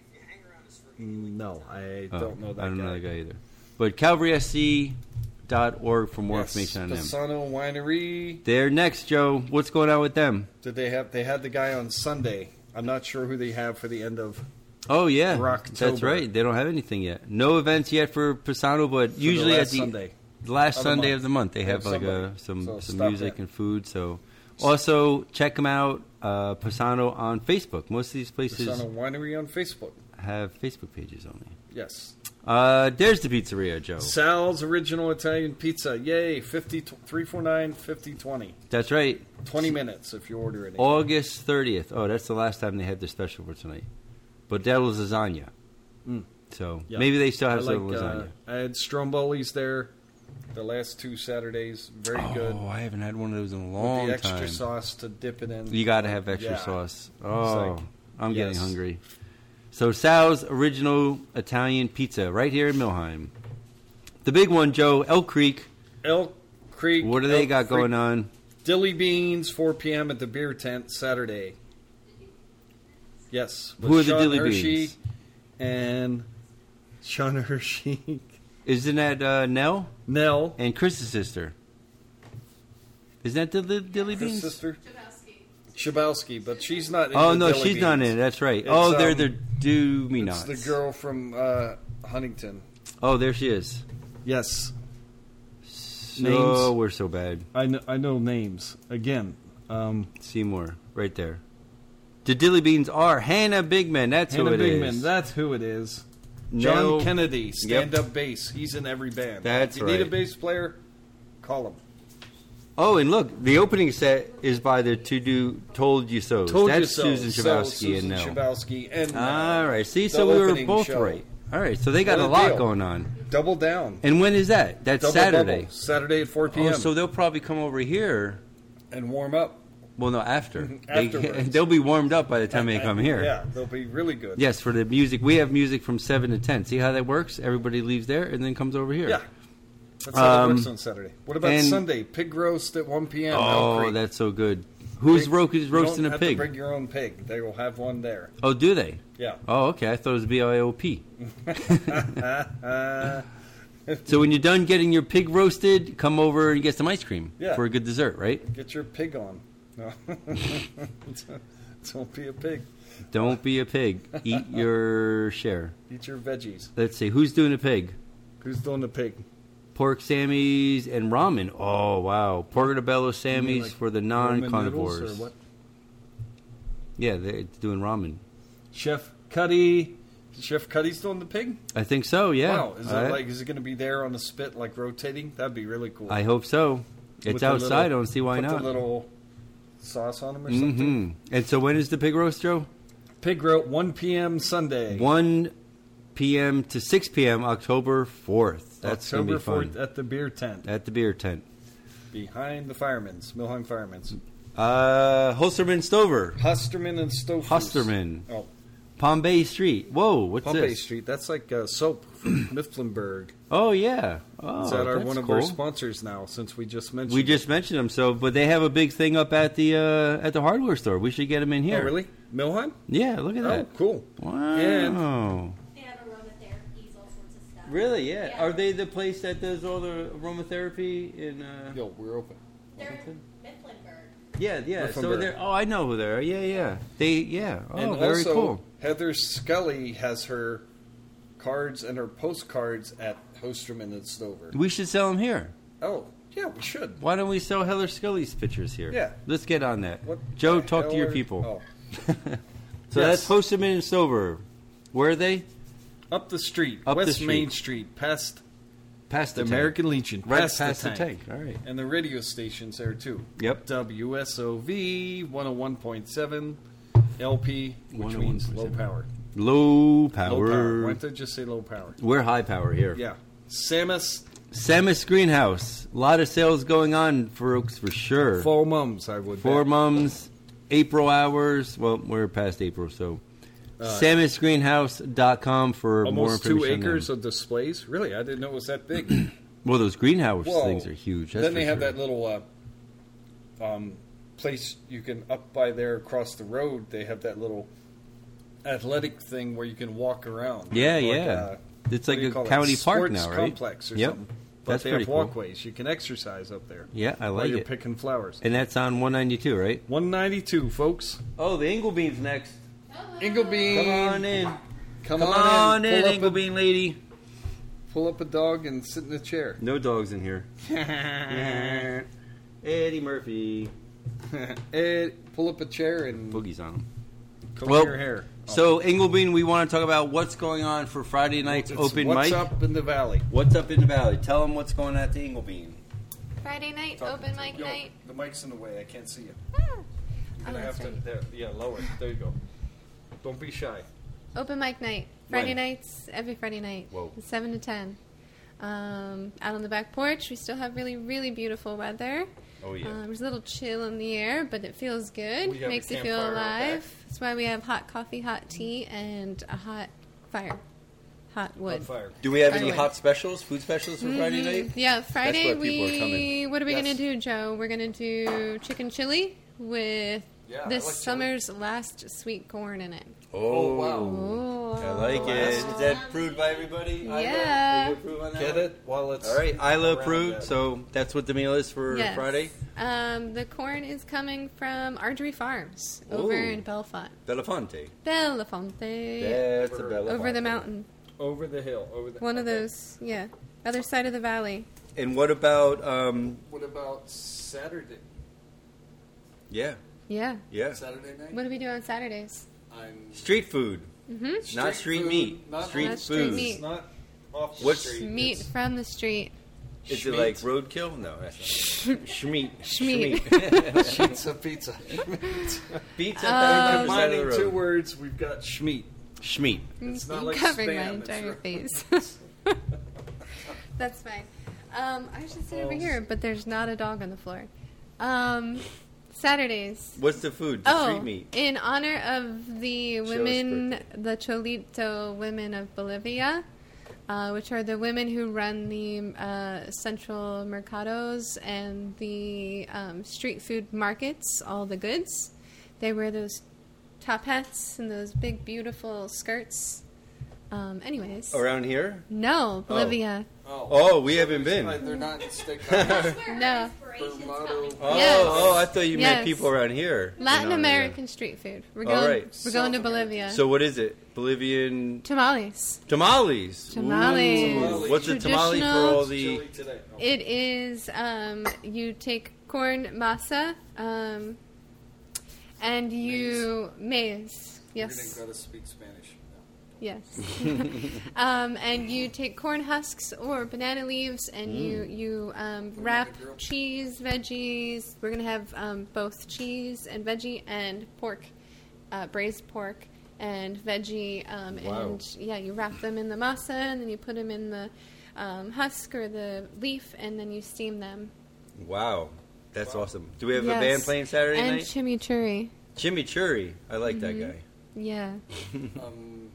Speaker 1: no, Oh, I
Speaker 2: Oh,
Speaker 1: don't know that.
Speaker 2: I don't
Speaker 1: guy.
Speaker 2: know that guy either. But calvarysc.org for more
Speaker 1: Yes,
Speaker 2: information on them.
Speaker 1: Pisano Winery.
Speaker 2: They're next, Joe. What's going on with them?
Speaker 1: Did they have? They had the guy on Sunday. I'm not sure who they have for the end of
Speaker 2: Oh yeah,
Speaker 1: Rocktober.
Speaker 2: that's right. They don't have anything yet. No events yet for Pisano, but
Speaker 1: for the
Speaker 2: usually
Speaker 1: last
Speaker 2: at the
Speaker 1: Sunday.
Speaker 2: the last
Speaker 1: of the
Speaker 2: Sunday
Speaker 1: month.
Speaker 2: of the month. They
Speaker 1: They
Speaker 2: have,
Speaker 1: have
Speaker 2: like a,
Speaker 1: somebody.
Speaker 2: some
Speaker 1: So
Speaker 2: some
Speaker 1: stop
Speaker 2: music
Speaker 1: that.
Speaker 2: and food. So also check them out, uh, Pisano on Facebook. Most of these places
Speaker 1: Pisano Winery on Facebook.
Speaker 2: have Facebook pages only.
Speaker 1: Yes.
Speaker 2: Uh, there's the pizzeria, Joe.
Speaker 1: Sal's original Italian pizza. Yay! 50, 349, 5020.
Speaker 2: That's right.
Speaker 1: 20 minutes if you order it.
Speaker 2: August 30th. Oh, that's the last time they had their special for tonight. But that was lasagna.
Speaker 1: Mm.
Speaker 2: So
Speaker 1: Yeah.
Speaker 2: maybe they still
Speaker 1: I
Speaker 2: have some
Speaker 1: like, uh,
Speaker 2: lasagna.
Speaker 1: I had Stromboli's there the last two Saturdays. Very good.
Speaker 2: Oh, I haven't had one of those in a
Speaker 1: With
Speaker 2: long
Speaker 1: the extra
Speaker 2: time.
Speaker 1: sauce to dip it in.
Speaker 2: You got to have extra
Speaker 1: Yeah.
Speaker 2: sauce. Oh,
Speaker 1: like,
Speaker 2: I'm getting
Speaker 1: yes.
Speaker 2: hungry. So Sal's original Italian pizza right here in Milheim. The big one, Joe, Elk Creek.
Speaker 1: Elk Creek.
Speaker 2: What do they
Speaker 1: Elk
Speaker 2: got
Speaker 1: Creek
Speaker 2: going on?
Speaker 1: Dilly Beans, 4 p.m. at the beer tent Saturday. Yes. with
Speaker 2: Who are the
Speaker 1: Sean
Speaker 2: Dilly
Speaker 1: Hershey
Speaker 2: Beans?
Speaker 1: And Sean Hershey.
Speaker 2: Isn't that uh, Nell
Speaker 1: Nell.
Speaker 2: and Chris's sister? Isn't that the Dilly, Dilly
Speaker 1: His
Speaker 2: Beans?
Speaker 1: sister. Shabowski, but she's not. In
Speaker 2: Oh
Speaker 1: the
Speaker 2: no,
Speaker 1: Dilly
Speaker 2: she's not
Speaker 1: Beans.
Speaker 2: in. it. That's right.
Speaker 1: It's,
Speaker 2: oh, they're
Speaker 1: um,
Speaker 2: the do me
Speaker 1: It's
Speaker 2: not.
Speaker 1: the girl from uh, Huntington.
Speaker 2: Oh, there she is.
Speaker 1: Yes,
Speaker 2: Oh,
Speaker 1: Names.
Speaker 2: we're so bad.
Speaker 1: I know, I know names again. Um,
Speaker 2: Seymour, right there. The Dilly Beans are Hannah Bigman. That's
Speaker 1: Hannah
Speaker 2: who it is.
Speaker 1: Bigman, that's who it is.
Speaker 2: No-
Speaker 1: John Kennedy, stand-up bass. He's in every band.
Speaker 2: That's
Speaker 1: if you need
Speaker 2: right.
Speaker 1: a bass player, call him.
Speaker 2: Oh, and look, the opening set is by the To Do Told You So.
Speaker 1: Told
Speaker 2: That's
Speaker 1: you so.
Speaker 2: Susan
Speaker 1: So,
Speaker 2: Chabowski
Speaker 1: Susan
Speaker 2: and No.
Speaker 1: Chabowski and Nell.
Speaker 2: All right. See,
Speaker 1: The
Speaker 2: so we were
Speaker 1: opening
Speaker 2: both
Speaker 1: show.
Speaker 2: right. All right. So they got
Speaker 1: What
Speaker 2: a
Speaker 1: a
Speaker 2: lot
Speaker 1: deal.
Speaker 2: going on.
Speaker 1: Double down.
Speaker 2: And when is that? That's
Speaker 1: Double
Speaker 2: Saturday.
Speaker 1: Double. Saturday at 4
Speaker 2: Oh,
Speaker 1: p.m.
Speaker 2: so they'll probably come over here.
Speaker 1: and warm up.
Speaker 2: Well, no, after. they,
Speaker 1: Afterwards.
Speaker 2: they'll be warmed up by the time they come here.
Speaker 1: Yeah, they'll be really good.
Speaker 2: Yes, for the music. We have music from 7 to 10. See how that works? Everybody leaves there and then comes over here.
Speaker 1: Yeah. That's how
Speaker 2: Um,
Speaker 1: it works on Saturday. What about
Speaker 2: and-
Speaker 1: Sunday? Pig roast at 1 p.m. Elk
Speaker 2: Oh,
Speaker 1: Creek.
Speaker 2: that's so good. Who's
Speaker 1: Pig-
Speaker 2: ro- who's
Speaker 1: you
Speaker 2: roasting
Speaker 1: don't
Speaker 2: a
Speaker 1: have
Speaker 2: pig?
Speaker 1: To bring your own pig. They will have one there.
Speaker 2: oh, do they?
Speaker 1: Yeah.
Speaker 2: Oh, okay. I thought it was BIOP.
Speaker 1: Uh,
Speaker 2: So when you're done getting your pig roasted, come over and get some ice cream
Speaker 1: Yeah.
Speaker 2: for a good dessert, right?
Speaker 1: get your pig on. No. don't be a pig.
Speaker 2: Don't be a pig. Eat your share.
Speaker 1: Eat your veggies.
Speaker 2: Let's see. Who's doing a pig?
Speaker 1: Who's doing the pig?
Speaker 2: Pork Sammy's and ramen. Oh, wow. Portobello
Speaker 1: You mean
Speaker 2: Sammy's
Speaker 1: like
Speaker 2: for the
Speaker 1: Roman noodles
Speaker 2: non-carnivores.
Speaker 1: or what?
Speaker 2: Yeah, they're doing ramen.
Speaker 1: Chef Cuddy. Chef Cuddy's doing the pig?
Speaker 2: I think so, yeah.
Speaker 1: Wow. Is it
Speaker 2: I,
Speaker 1: like is it gonna be there on the spit like rotating? That'd be really cool.
Speaker 2: I hope so. It's
Speaker 1: With the
Speaker 2: outside. I
Speaker 1: little-
Speaker 2: don't see why
Speaker 1: put
Speaker 2: not.
Speaker 1: the little sauce on them or something.
Speaker 2: hmm And so when is the pig roast, Joe?
Speaker 1: Pig roast 1 p.m. Sunday.
Speaker 2: 1 p.m. to 6 p.m. October 4th. That's going to
Speaker 1: October
Speaker 2: be fun.
Speaker 1: 4th at the beer tent
Speaker 2: At the beer tent.
Speaker 1: behind the firemen's, Milhung Firemen's.
Speaker 2: Uh, Holsterman Stover,
Speaker 1: Husterman and Stofus.
Speaker 2: Husterman.
Speaker 1: Oh,
Speaker 2: Palm Bay Street. Whoa, what's
Speaker 1: Pompey
Speaker 2: this?
Speaker 1: Street. That's like uh, soap from Mifflinburg.
Speaker 2: Oh yeah. Oh,
Speaker 1: Is that our
Speaker 2: that's
Speaker 1: one of
Speaker 2: cool.
Speaker 1: our sponsors now since we just mentioned
Speaker 2: We just mentioned them, so but they have a big thing up at the uh, at the hardware store. We should get them in
Speaker 1: it.
Speaker 2: here.
Speaker 1: Oh, really? Milheim?
Speaker 2: Yeah, look at
Speaker 1: Oh,
Speaker 2: that.
Speaker 1: cool.
Speaker 2: Wow.
Speaker 3: They have aromatherapies, all sorts of stuff.
Speaker 2: Really? Yeah.
Speaker 3: Yeah.
Speaker 2: Are they the place that does all the aromatherapy in? Uh...
Speaker 1: Yo, we're open.
Speaker 3: They're in Mifflinburg.
Speaker 2: Yeah, yeah. So
Speaker 1: Northumberland.
Speaker 2: they're. Oh, I know who they are. Yeah, yeah. They. Yeah. Oh,
Speaker 1: and
Speaker 2: very
Speaker 1: also,
Speaker 2: cool.
Speaker 1: Heather Scully has her cards and her postcards at Hosterman and Stover.
Speaker 2: We should sell them here.
Speaker 1: Oh, yeah, we should.
Speaker 2: Why don't we sell Heller Scully's pictures here?
Speaker 1: Yeah.
Speaker 2: Let's get on that.
Speaker 1: What
Speaker 2: Joe,
Speaker 1: the
Speaker 2: talk to
Speaker 1: hell
Speaker 2: your
Speaker 1: are- Oh.
Speaker 2: people. So
Speaker 1: Yes.
Speaker 2: that's Hosterman and Stover. Where are they?
Speaker 1: Oh. Up the street,
Speaker 2: Up the
Speaker 1: West
Speaker 2: street.
Speaker 1: Main Street, past
Speaker 2: Past
Speaker 1: the American Legion,
Speaker 2: Right past, the, tank. All right.
Speaker 1: and the radio stations there too.
Speaker 2: Yep.
Speaker 1: WSOV 101.7 LP, which means low
Speaker 2: 101.7.
Speaker 1: power.
Speaker 2: Low
Speaker 1: Low power.
Speaker 2: power.
Speaker 1: Why did I just say low power?
Speaker 2: We're high power here.
Speaker 1: Yeah. Samus
Speaker 2: Samus Greenhouse. A lot of sales going on, folks, for sure.
Speaker 1: Four mums, I would.
Speaker 2: Four
Speaker 1: bet.
Speaker 2: mums, April hours. Well, we're past April, so. SamusGreenhouse.com for more
Speaker 1: Uh, Almost
Speaker 2: information.
Speaker 1: two
Speaker 2: on them.
Speaker 1: acres of displays. Really, I didn't know it was that big.
Speaker 2: Well, those greenhouse
Speaker 1: Whoa.
Speaker 2: things are huge. That's
Speaker 1: then
Speaker 2: for
Speaker 1: they have
Speaker 2: sure.
Speaker 1: that little uh, um, place you can up by there across the road. They have that little athletic thing where you can walk around.
Speaker 2: Yeah,
Speaker 1: Like,
Speaker 2: yeah.
Speaker 1: uh,
Speaker 2: it's
Speaker 1: what
Speaker 2: like
Speaker 1: do you
Speaker 2: a
Speaker 1: call it?
Speaker 2: county park
Speaker 1: Sports
Speaker 2: now, right?
Speaker 1: Complex or
Speaker 2: yep.
Speaker 1: something. But
Speaker 2: That's
Speaker 1: they
Speaker 2: pretty
Speaker 1: have
Speaker 2: cool.
Speaker 1: walkways. You can exercise up there.
Speaker 2: Yeah, I
Speaker 1: while
Speaker 2: like
Speaker 1: you're
Speaker 2: it.
Speaker 1: picking flowers.
Speaker 2: And that's on 192, right?
Speaker 1: 192, folks.
Speaker 2: Oh, the Inglebean's next.
Speaker 1: Inglebean.
Speaker 2: Come on in.
Speaker 1: Come,
Speaker 2: Come on in,
Speaker 1: Pull, up
Speaker 2: Inglebean lady.
Speaker 1: a, pull up a dog and sit in a chair.
Speaker 2: No dogs in here.
Speaker 1: Eh.
Speaker 2: Eh. Eddie Murphy.
Speaker 1: Ed, pull up a chair and
Speaker 2: Boogie's on him.
Speaker 1: comb
Speaker 2: Well,
Speaker 1: your hair. Oh.
Speaker 2: So, Inglebean, we want to talk about what's going on for Friday night's
Speaker 1: It's
Speaker 2: open
Speaker 1: what's
Speaker 2: mic.
Speaker 1: up in the valley.
Speaker 2: What's up in the valley? Tell them what's going on at the Inglebean.
Speaker 4: Friday night, open mic
Speaker 1: Yo,
Speaker 4: night.
Speaker 1: The mic's in the way. I can't see you. You're
Speaker 4: Oh,
Speaker 1: gonna
Speaker 4: that's
Speaker 1: have to.
Speaker 4: right.
Speaker 1: There, yeah, lower. There you go. Don't be shy.
Speaker 4: Open mic night. Friday
Speaker 2: When?
Speaker 4: nights, every Friday night.
Speaker 2: Whoa.
Speaker 4: 7 to 10. Um, out on the back porch, we still have really, really beautiful weather.
Speaker 2: Oh, yeah.
Speaker 4: Um, there's a little chill in the air, but it feels good.
Speaker 1: We have a
Speaker 4: Makes you feel
Speaker 1: campfire out
Speaker 4: alive.
Speaker 1: back.
Speaker 4: That's why we have hot coffee, hot tea, and a hot fire. Hot wood.
Speaker 1: On fire.
Speaker 2: Do we have any
Speaker 4: Fireworks.
Speaker 2: hot specials, food specials for Friday night?
Speaker 4: Yeah, Friday
Speaker 2: what people are
Speaker 4: we.
Speaker 2: coming.
Speaker 4: What are we
Speaker 1: Yes.
Speaker 4: gonna do, Joe? We're gonna do chicken chili with
Speaker 1: Yeah, I
Speaker 4: this
Speaker 1: like chili.
Speaker 4: summer's last sweet corn in it.
Speaker 1: Oh, wow.
Speaker 4: Oh,
Speaker 2: I like it. Is that approved by everybody? Isla,
Speaker 4: Yeah.
Speaker 2: will you approve on that
Speaker 1: Get
Speaker 2: one?
Speaker 1: it while it's
Speaker 2: All right, Isla
Speaker 1: around
Speaker 2: approved.
Speaker 1: that.
Speaker 2: So that's what the meal is for
Speaker 4: Yes.
Speaker 2: Friday.
Speaker 4: Um, the corn is coming from Ardrey Farms over
Speaker 2: Ooh.
Speaker 4: in Belfont,
Speaker 2: Belafonte.
Speaker 4: Belafonte,
Speaker 2: That's a
Speaker 1: Over-
Speaker 2: Belafonte.
Speaker 4: over the mountain.
Speaker 1: over the hill. Over the,
Speaker 4: One of
Speaker 1: okay.
Speaker 4: those, yeah, other side of the valley.
Speaker 2: And what about? um
Speaker 1: What about Saturday?
Speaker 2: Yeah,
Speaker 4: Yeah.
Speaker 2: yeah.
Speaker 1: Saturday night.
Speaker 4: What do we do on Saturdays?
Speaker 1: I'm
Speaker 2: Street food. Not street
Speaker 1: food,
Speaker 2: meat.
Speaker 1: Not
Speaker 2: Street
Speaker 4: Not
Speaker 1: off-
Speaker 4: street
Speaker 2: food.
Speaker 1: It's
Speaker 4: meat.
Speaker 1: not off the
Speaker 2: What's-
Speaker 1: street.
Speaker 4: Meat
Speaker 1: It's
Speaker 4: from the street.
Speaker 2: Is it
Speaker 1: Schmeat.
Speaker 2: like roadkill? No, that's not. Schmeat.
Speaker 4: Schmeat.
Speaker 1: Pizza, pizza.
Speaker 2: Pizza.
Speaker 1: I'm
Speaker 2: Um,
Speaker 1: combining two words. We've got Schmeat.
Speaker 2: Schmeat.
Speaker 1: It's
Speaker 4: You
Speaker 1: not like
Speaker 4: covered
Speaker 1: spam.
Speaker 4: my
Speaker 1: it's
Speaker 4: entire
Speaker 1: right-
Speaker 4: face. That's fine. Um, I should sit over
Speaker 1: Oh.
Speaker 4: here, but there's not a dog on the floor. Um, Saturdays.
Speaker 2: What's the food? The
Speaker 4: Oh,
Speaker 2: street meat.
Speaker 4: in honor of the women, the Cholito women of Bolivia, uh, which are the women who run the uh, central mercados and the um, street food markets, all the goods. They wear those top hats and those big, beautiful skirts. Um, anyways,
Speaker 2: Around here?
Speaker 4: no, Bolivia.
Speaker 2: Oh, we
Speaker 1: Like,
Speaker 2: haven't been.
Speaker 1: They're not in stick. That's
Speaker 4: No.
Speaker 2: Oh,
Speaker 4: Yes.
Speaker 2: oh, I thought you meant
Speaker 4: Yes.
Speaker 2: people around here.
Speaker 4: Latin
Speaker 2: No, no, no.
Speaker 4: American street food. We're
Speaker 2: All
Speaker 4: going.
Speaker 2: right.
Speaker 4: We're going to
Speaker 1: South
Speaker 4: Bolivia.
Speaker 2: So what is it? Bolivian
Speaker 4: tamales.
Speaker 2: tamales.
Speaker 4: Tamales.
Speaker 2: Ooh. What's a tamale for all the?
Speaker 1: Chili today. Oh.
Speaker 4: It is um, you take corn masa um, and you maize. Yes.
Speaker 1: to speak Spanish.
Speaker 4: Yes. um, and you take corn husks or banana leaves and you, you um, wrap
Speaker 1: girl.
Speaker 4: cheese, veggies. We're going to have um, both cheese and veggie and pork, uh, braised pork and veggie. Um,
Speaker 2: Wow.
Speaker 4: And yeah, you wrap them in the masa and then you put them in the um, husk or the leaf and then you steam them.
Speaker 2: Wow, that's awesome. Do we have
Speaker 4: Yes.
Speaker 2: a band playing Saturday
Speaker 4: and
Speaker 2: night?
Speaker 4: chimichurri.
Speaker 2: Chimichurri. I like
Speaker 4: Mm-hmm.
Speaker 2: that guy.
Speaker 4: Yeah.
Speaker 1: Um,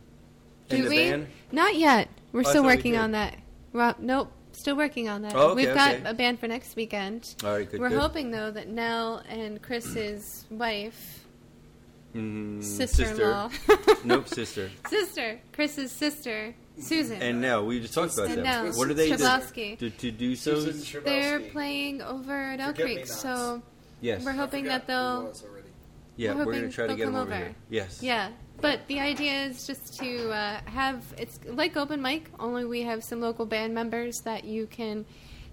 Speaker 2: In
Speaker 4: Do
Speaker 2: the
Speaker 4: we?
Speaker 2: band. Oh,
Speaker 4: Not yet.
Speaker 2: I
Speaker 4: We're still
Speaker 2: thought we
Speaker 4: working
Speaker 2: did.
Speaker 4: on that. Well, nope. Still working on that.
Speaker 2: Oh, okay,
Speaker 4: We've got
Speaker 2: okay.
Speaker 4: a band for next weekend.
Speaker 2: All right, good.
Speaker 4: We're
Speaker 2: good.
Speaker 4: hoping though that Nell and Chris's wife,
Speaker 2: Mm,
Speaker 4: sister-in-law,
Speaker 2: nope, sister.
Speaker 4: sister, Chris's sister, Susan,
Speaker 2: And now we just talked about
Speaker 4: And
Speaker 2: that.
Speaker 4: now,
Speaker 2: What are they?
Speaker 4: Shabowski.
Speaker 2: The, the to
Speaker 1: Susan
Speaker 2: so?
Speaker 1: Shabowski.
Speaker 4: they're playing over at Elk Creek.
Speaker 1: Forget-me-nots.
Speaker 4: So
Speaker 2: Yes.
Speaker 4: we're
Speaker 1: I
Speaker 4: hoping
Speaker 1: forgot
Speaker 4: that they'll.
Speaker 1: who it was already.
Speaker 2: yeah,
Speaker 4: we're
Speaker 2: we're,
Speaker 4: hoping
Speaker 2: gonna try to
Speaker 4: they'll
Speaker 2: get them
Speaker 4: come
Speaker 2: over,
Speaker 4: over.
Speaker 2: here. Yes.
Speaker 4: Yeah, but the idea is just to uh, have it's like open mic, only we have some local band members that you can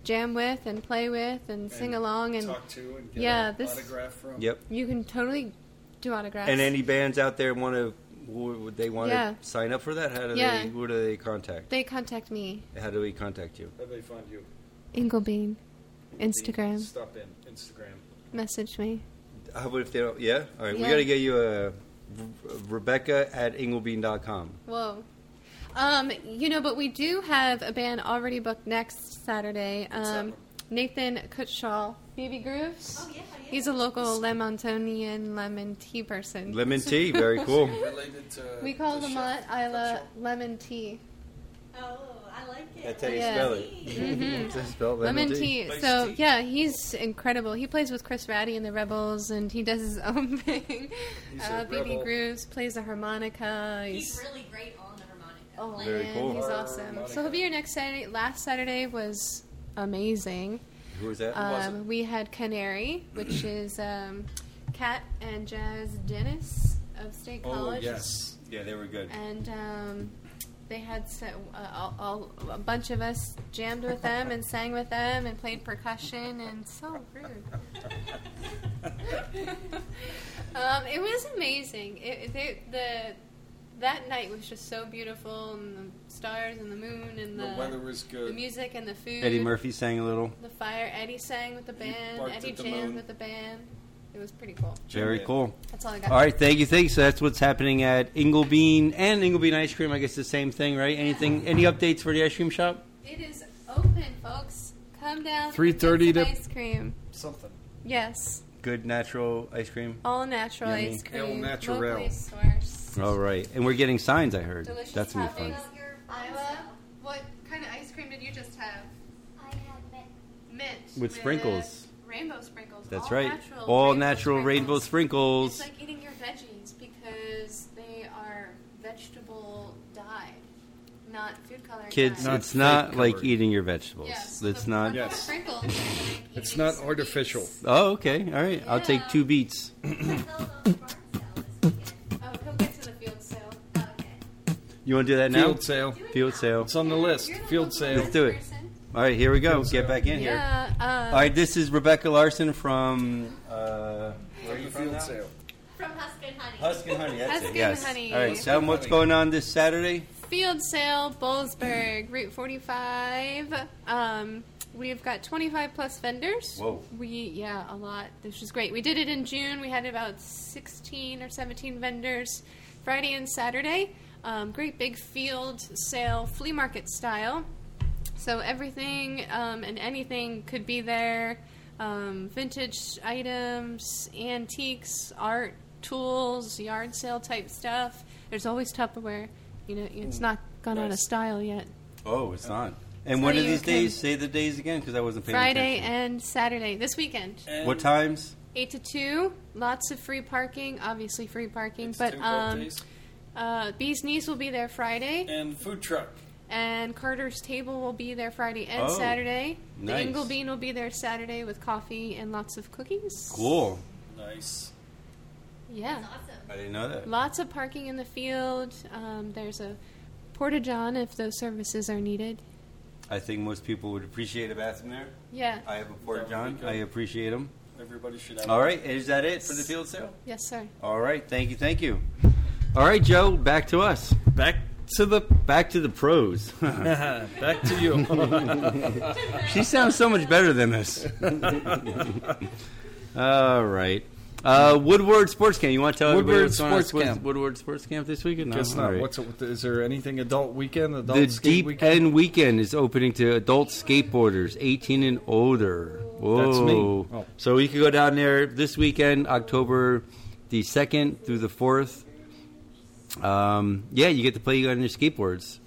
Speaker 4: jam with and play with and, sing along, and
Speaker 1: talk to and get
Speaker 4: yeah,
Speaker 1: an
Speaker 4: this-
Speaker 1: autograph from.
Speaker 2: Yep.
Speaker 4: you can totally do autographs.
Speaker 2: And any bands out there want to? Would they want to
Speaker 4: Yeah.
Speaker 2: sign up for that? How do
Speaker 4: Yeah.
Speaker 2: they? Who do they contact?
Speaker 4: they contact me,
Speaker 2: How do we contact you?
Speaker 1: How do they find you?
Speaker 4: Inglebean, Instagram,
Speaker 1: Stop in Instagram.
Speaker 4: message me.
Speaker 2: How about if they don't? Yeah. All right. We
Speaker 4: Yeah.
Speaker 2: got to get you a Re- Rebecca at inglebean.com.
Speaker 4: Whoa. Um, you know, but we do have a band already booked next Saturday. Um, Nathan Kutshaw, Baby Grooves.
Speaker 3: Oh, yeah, yeah.
Speaker 4: He's a local Lemontonian lemon tea person.
Speaker 2: Lemon tea, very cool.
Speaker 5: Related to.
Speaker 4: we call
Speaker 5: the
Speaker 4: them on
Speaker 5: chef
Speaker 4: Isla
Speaker 5: Kutshaw.
Speaker 4: lemon tea.
Speaker 3: Oh, I like it.
Speaker 2: That's how you
Speaker 4: Yeah. Mm-hmm.
Speaker 2: spell it. Mm-hmm. It's just spelled
Speaker 4: Lemon tea.
Speaker 5: Place
Speaker 4: So
Speaker 5: tea.
Speaker 4: yeah, he's incredible. He plays with Chris Ratty and the Rebels, and he does his own thing.
Speaker 5: He's a
Speaker 4: Uh, Baby
Speaker 5: rebel.
Speaker 4: Grooves plays the harmonica.
Speaker 3: He's
Speaker 4: He's
Speaker 3: really great on the harmonica.
Speaker 4: Oh
Speaker 3: Like,
Speaker 2: Very
Speaker 4: man,
Speaker 2: cool.
Speaker 4: he's awesome. So he'll be here next Saturday. Last Saturday was amazing.
Speaker 2: Who was that?
Speaker 5: was it?
Speaker 4: Um, we had Canary, which is um, Kat and Jazz Dennis of State College,
Speaker 5: Oh,
Speaker 1: Oh,
Speaker 5: yes.
Speaker 2: yeah, they were good.
Speaker 4: and um, they had so, uh, all, all, a bunch of us jammed with them and sang with them and played percussion and so rude. um, it was amazing. It, they, the that night was just so beautiful, and the stars and the moon and the,
Speaker 5: The weather was
Speaker 4: the
Speaker 5: good.
Speaker 4: music and the food.
Speaker 2: Eddie Murphy sang a little.
Speaker 4: The fire. Eddie sang with the band.
Speaker 5: barked
Speaker 4: Eddie
Speaker 5: at the
Speaker 4: jammed
Speaker 5: moon.
Speaker 4: with the band. It was pretty cool.
Speaker 2: Very
Speaker 5: Jimmy.
Speaker 2: cool.
Speaker 4: That's all I got.
Speaker 2: All right, thank you, thanks. So that's what's happening at Inglebean and Inglebean Ice Cream. I guess the same thing, right? Anything? Any updates for the ice cream shop?
Speaker 4: It is open, folks. Come down.
Speaker 1: Three thirty
Speaker 4: get
Speaker 1: to-
Speaker 4: some ice cream.
Speaker 1: Something.
Speaker 4: Yes,
Speaker 2: Good natural ice cream.
Speaker 4: all natural
Speaker 2: Yummy.
Speaker 4: ice cream.
Speaker 1: El natural.
Speaker 4: Locally sourced.
Speaker 2: All right, and we're getting signs. I heard
Speaker 4: Delicious
Speaker 2: that's gonna be
Speaker 4: toppings.
Speaker 2: fun.
Speaker 3: Out your
Speaker 4: Iowa, what kind of ice cream did you just have?
Speaker 3: I have met.
Speaker 4: Mint
Speaker 2: With sprinkles.
Speaker 4: Rainbow sprinkles.
Speaker 2: That's
Speaker 4: all
Speaker 2: right.
Speaker 4: Natural
Speaker 2: All
Speaker 4: rainbow
Speaker 2: natural rainbow
Speaker 4: It's
Speaker 2: sprinkles.
Speaker 4: like eating your veggies because they are vegetable dyed, not food coloring.
Speaker 2: Kids,
Speaker 4: dyed.
Speaker 1: Not
Speaker 2: it's not
Speaker 1: fake
Speaker 2: like
Speaker 1: covered.
Speaker 2: eating your vegetables.
Speaker 4: Yes,
Speaker 2: It's
Speaker 4: the
Speaker 2: not.
Speaker 4: purple
Speaker 1: Yes.
Speaker 4: sprinkles are like
Speaker 1: It's
Speaker 4: eating
Speaker 1: not
Speaker 4: sweets.
Speaker 1: artificial.
Speaker 2: Oh, okay. All right. I'll take
Speaker 4: Yeah.
Speaker 2: two beats.
Speaker 3: myself on the farm sale this weekend.
Speaker 4: Oh, he'll get to the field oh, sale.
Speaker 3: Okay.
Speaker 2: You want to do that now?
Speaker 1: Field sale.
Speaker 2: Field sale.
Speaker 1: It's on the list.
Speaker 4: You're the
Speaker 1: Field
Speaker 4: local
Speaker 1: sale.
Speaker 2: Let's do it.
Speaker 4: person.
Speaker 2: All right, here we go.
Speaker 1: Field
Speaker 2: Get
Speaker 1: sale.
Speaker 2: back in here.
Speaker 4: Yeah. Uh,
Speaker 2: All right, this is Rebecca Larson from. Uh, where are you from now?
Speaker 1: Field sale.
Speaker 3: From Husk and Honey.
Speaker 2: Husk and Honey. That's
Speaker 4: Husk
Speaker 2: it.
Speaker 4: and
Speaker 2: yes.
Speaker 4: Honey.
Speaker 2: All right,
Speaker 4: Husk
Speaker 2: tell them
Speaker 1: and
Speaker 2: what's
Speaker 1: Honey.
Speaker 2: going on this Saturday.
Speaker 4: Field sale, Bowlesburg, Route 45. Um, we've got 25 plus vendors.
Speaker 2: Whoa.
Speaker 4: We yeah, a lot. This is great. We did it in June. We had about 16 or 17 vendors, Friday and Saturday. Um, great big field sale, flea market style. So everything um, and anything could be there. Um, vintage items, antiques, art, tools, yard sale type stuff. There's always Tupperware. You know,
Speaker 2: Mm.
Speaker 4: it's not gone out of
Speaker 5: Nice.
Speaker 4: style yet.
Speaker 2: Oh, it's not. And
Speaker 4: So
Speaker 2: what are
Speaker 4: you
Speaker 2: these
Speaker 4: can-
Speaker 2: days? Say the days again because I wasn't paying
Speaker 4: Friday
Speaker 2: attention.
Speaker 4: and Saturday this weekend.
Speaker 2: What times?
Speaker 4: 8 to 2 lots of free parking obviously free parking
Speaker 5: It's
Speaker 4: but
Speaker 5: two
Speaker 4: um,
Speaker 5: birthdays.
Speaker 4: uh, bees knees will be there friday
Speaker 5: and food truck.
Speaker 4: and carter's table will be there friday and
Speaker 2: Oh,
Speaker 4: saturday
Speaker 2: nice.
Speaker 4: the inglebean will be there saturday with coffee and lots of cookies
Speaker 2: Cool.
Speaker 5: Nice.
Speaker 4: yeah
Speaker 3: That's awesome.
Speaker 2: I didn't know that.
Speaker 4: lots of parking in the field um, there's a porta john if those services are needed
Speaker 2: I think most people would appreciate a bathroom there.
Speaker 4: yeah
Speaker 2: I have a Porta
Speaker 5: That would
Speaker 2: John.
Speaker 5: be good.
Speaker 2: I appreciate them.
Speaker 5: Everybody should have.
Speaker 2: All right, is that it for the field sale?
Speaker 4: yes sir
Speaker 2: All right, thank you, thank you. All right, Joe, back to us.
Speaker 1: Back to the.
Speaker 2: Back to the pros.
Speaker 1: Back to you.
Speaker 2: she sounds so much better than us. All right. Uh, Woodward Sports Camp. You want to tell everybody
Speaker 1: Woodward
Speaker 2: what's going on at
Speaker 1: Sports Camp.
Speaker 2: Woodward Sports Camp this weekend? No?
Speaker 1: Guess
Speaker 2: All
Speaker 1: not.
Speaker 2: right.
Speaker 1: What's it, is there anything adult weekend? Adult
Speaker 2: the
Speaker 1: skate
Speaker 2: Deep
Speaker 1: weekend?
Speaker 2: End Weekend is opening to adult skateboarders, 18 and older. Whoa.
Speaker 1: That's me. Oh.
Speaker 2: So you can go down there this weekend, October the 2nd through the 4th. Um, yeah, you get to play on your skateboards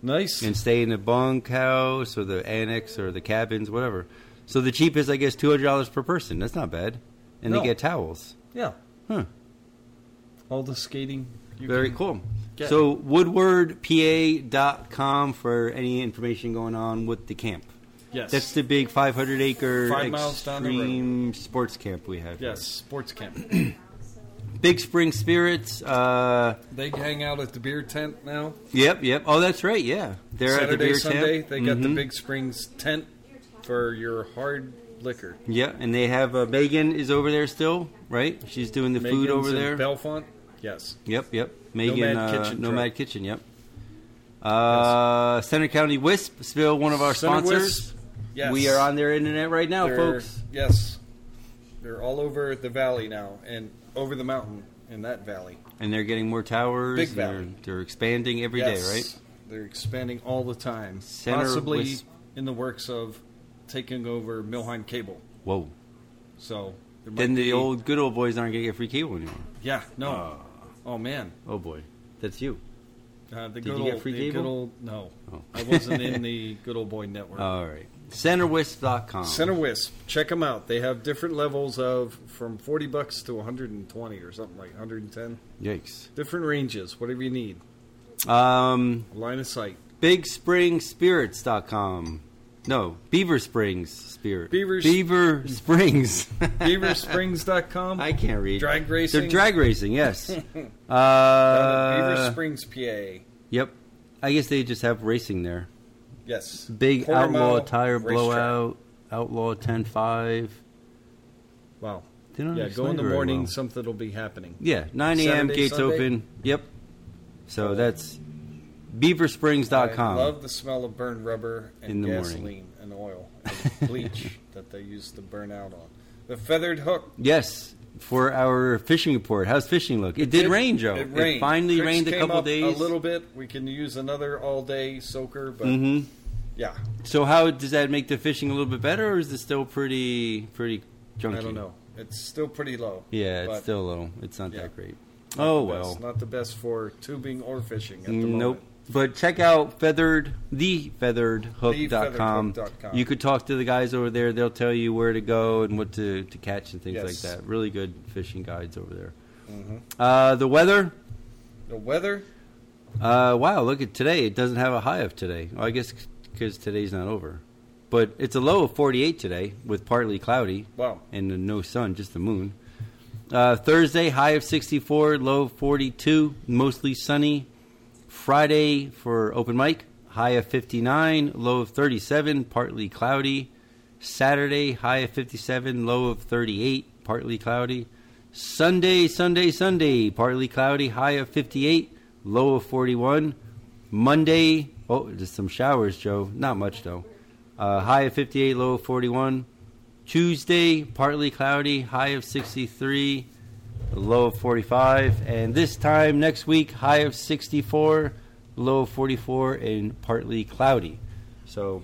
Speaker 1: Nice.
Speaker 2: and stay in the bunkhouse or the annex or the cabins, whatever. So the cheapest, I guess, $200 per person. That's not bad. And
Speaker 1: No.
Speaker 2: they get towels.
Speaker 1: yeah.
Speaker 2: Huh.
Speaker 1: All the skating. You
Speaker 2: Very
Speaker 1: can-
Speaker 2: cool.
Speaker 1: get-
Speaker 2: So woodwardpa.com for any information going on with the camp.
Speaker 1: Yes.
Speaker 2: That's the big 500 acre
Speaker 1: Five miles down the road.
Speaker 2: extreme sports camp we have. here.
Speaker 1: yes. Sports camp.
Speaker 2: Big Spring Spirits. Uh,
Speaker 1: They hang out at the beer tent now.
Speaker 2: yep, yep. Oh, that's right. Yeah, they're at the
Speaker 1: Saturday,
Speaker 2: beer
Speaker 1: Sunday,
Speaker 2: Camp.
Speaker 1: they got the
Speaker 2: Mhm.
Speaker 1: Big Springs tent for your hard liquor.
Speaker 2: Yeah, and they have uh, Megan is over there still, right? She's doing the food
Speaker 1: Megan's
Speaker 2: over
Speaker 1: in
Speaker 2: there.
Speaker 1: Belfont. Yes.
Speaker 2: yep, yep. Megan
Speaker 1: Nomad
Speaker 2: uh,
Speaker 1: Kitchen
Speaker 2: Nomad
Speaker 1: truck.
Speaker 2: Kitchen. Yep. Uh, Center County Wisp, still one of our
Speaker 1: Center
Speaker 2: sponsors.
Speaker 1: Wisp, Yes.
Speaker 2: We are on their internet right now,
Speaker 1: They're-
Speaker 2: folks.
Speaker 1: Yes. They're all over the valley now and over the mountain in that valley.
Speaker 2: And they're getting more towers.
Speaker 1: Big
Speaker 2: they're,
Speaker 1: Valley.
Speaker 2: they're expanding every day, right?
Speaker 1: They're expanding all the time.
Speaker 2: Center
Speaker 1: possibly
Speaker 2: was-
Speaker 1: in the works of taking over Milheim Cable.
Speaker 2: Whoa.
Speaker 1: So there
Speaker 2: Then
Speaker 1: might
Speaker 2: the
Speaker 1: be-
Speaker 2: old Ah. good old boys aren't going to get free cable anymore.
Speaker 1: yeah no oh man
Speaker 2: Oh boy, that's you.
Speaker 1: uh, the
Speaker 2: Did
Speaker 1: good
Speaker 2: you get
Speaker 1: old
Speaker 2: free
Speaker 1: the good
Speaker 2: cable?
Speaker 1: old no
Speaker 2: Oh.
Speaker 1: I wasn't in the good old boy network.
Speaker 2: All right, centerwisp.com.
Speaker 1: Center Wisp, check them out. They have different levels of from forty bucks to one hundred and twenty or something like one hundred and ten.
Speaker 2: Yikes.
Speaker 1: Different ranges, whatever you need.
Speaker 2: Um,
Speaker 1: Line of sight.
Speaker 2: BigSpringSpirits.com. No, Beaver Springs Spirit.
Speaker 1: Beaver-
Speaker 2: Beaver Springs.
Speaker 1: Beaversprings.com.
Speaker 2: I can't read.
Speaker 1: Drag racing?
Speaker 2: They're drag racing. Yes. uh,
Speaker 1: Down at Beaver Springs, PA.
Speaker 2: Yep. I guess they just have racing there.
Speaker 1: Yes.
Speaker 2: Big
Speaker 1: Quarter
Speaker 2: outlaw
Speaker 1: mile
Speaker 2: tire
Speaker 1: racetrack.
Speaker 2: blowout. Outlaw ten five.
Speaker 1: Wow.
Speaker 2: They don't
Speaker 1: Yeah, go
Speaker 2: explain
Speaker 1: in the
Speaker 2: it very
Speaker 1: morning,
Speaker 2: well.
Speaker 1: something will be happening.
Speaker 2: Yeah, 9 a.m.
Speaker 1: Saturday,
Speaker 2: gates
Speaker 1: Sunday?
Speaker 2: open. Yep. So
Speaker 1: Cool.
Speaker 2: that's
Speaker 1: I
Speaker 2: beaversprings.com.
Speaker 1: love the smell of burned rubber and
Speaker 2: In the morning.
Speaker 1: gasoline and oil and bleach that they used to burn out on. The feathered hook.
Speaker 2: Yes, for our fishing report. How's fishing look? It did rain, Joe.
Speaker 1: It rained.
Speaker 2: finally
Speaker 1: Tricks
Speaker 2: rained a
Speaker 1: came
Speaker 2: couple
Speaker 1: up
Speaker 2: days.
Speaker 1: A little bit. We can use another all day soaker, but
Speaker 2: hmm
Speaker 1: yeah,
Speaker 2: So how does that make the fishing a little bit better, or is it still pretty pretty junky?
Speaker 1: I don't know. It's still pretty low.
Speaker 2: Yeah, it's
Speaker 1: but
Speaker 2: still low. It's not
Speaker 1: Yeah.
Speaker 2: that great.
Speaker 1: not
Speaker 2: oh
Speaker 1: the best-
Speaker 2: well.
Speaker 1: Not the best for tubing or fishing at the
Speaker 2: Nope.
Speaker 1: moment.
Speaker 2: But check out feathered thefeatheredhook.com.
Speaker 1: Thefeatheredhook.com.
Speaker 2: You could talk to the guys over there. They'll tell you where to go and what to, to catch and things
Speaker 1: Yes. Mm-hmm.
Speaker 2: like that. Really good fishing guides over there. Uh, the weather.
Speaker 1: The weather,
Speaker 2: Uh, wow, look at today. It doesn't have a high of today. Well, I guess because today's not over. But it's a low of 48 today with partly cloudy
Speaker 1: wow.
Speaker 2: and no sun, just the moon. Uh, Thursday, high of 64, low of 42, mostly sunny. Friday for open mic, high of 59, low of 37, partly cloudy. Saturday, high of 57, low of 38, partly cloudy. Sunday, Sunday, Sunday, partly cloudy, high of 58, low of 41. Monday, oh, just some showers, Joe. Not much, though. Uh, high of 58, low of 41. Tuesday, partly cloudy, high of 63, a low of 45. And this time next week, high of 64, low of 44, and partly cloudy. So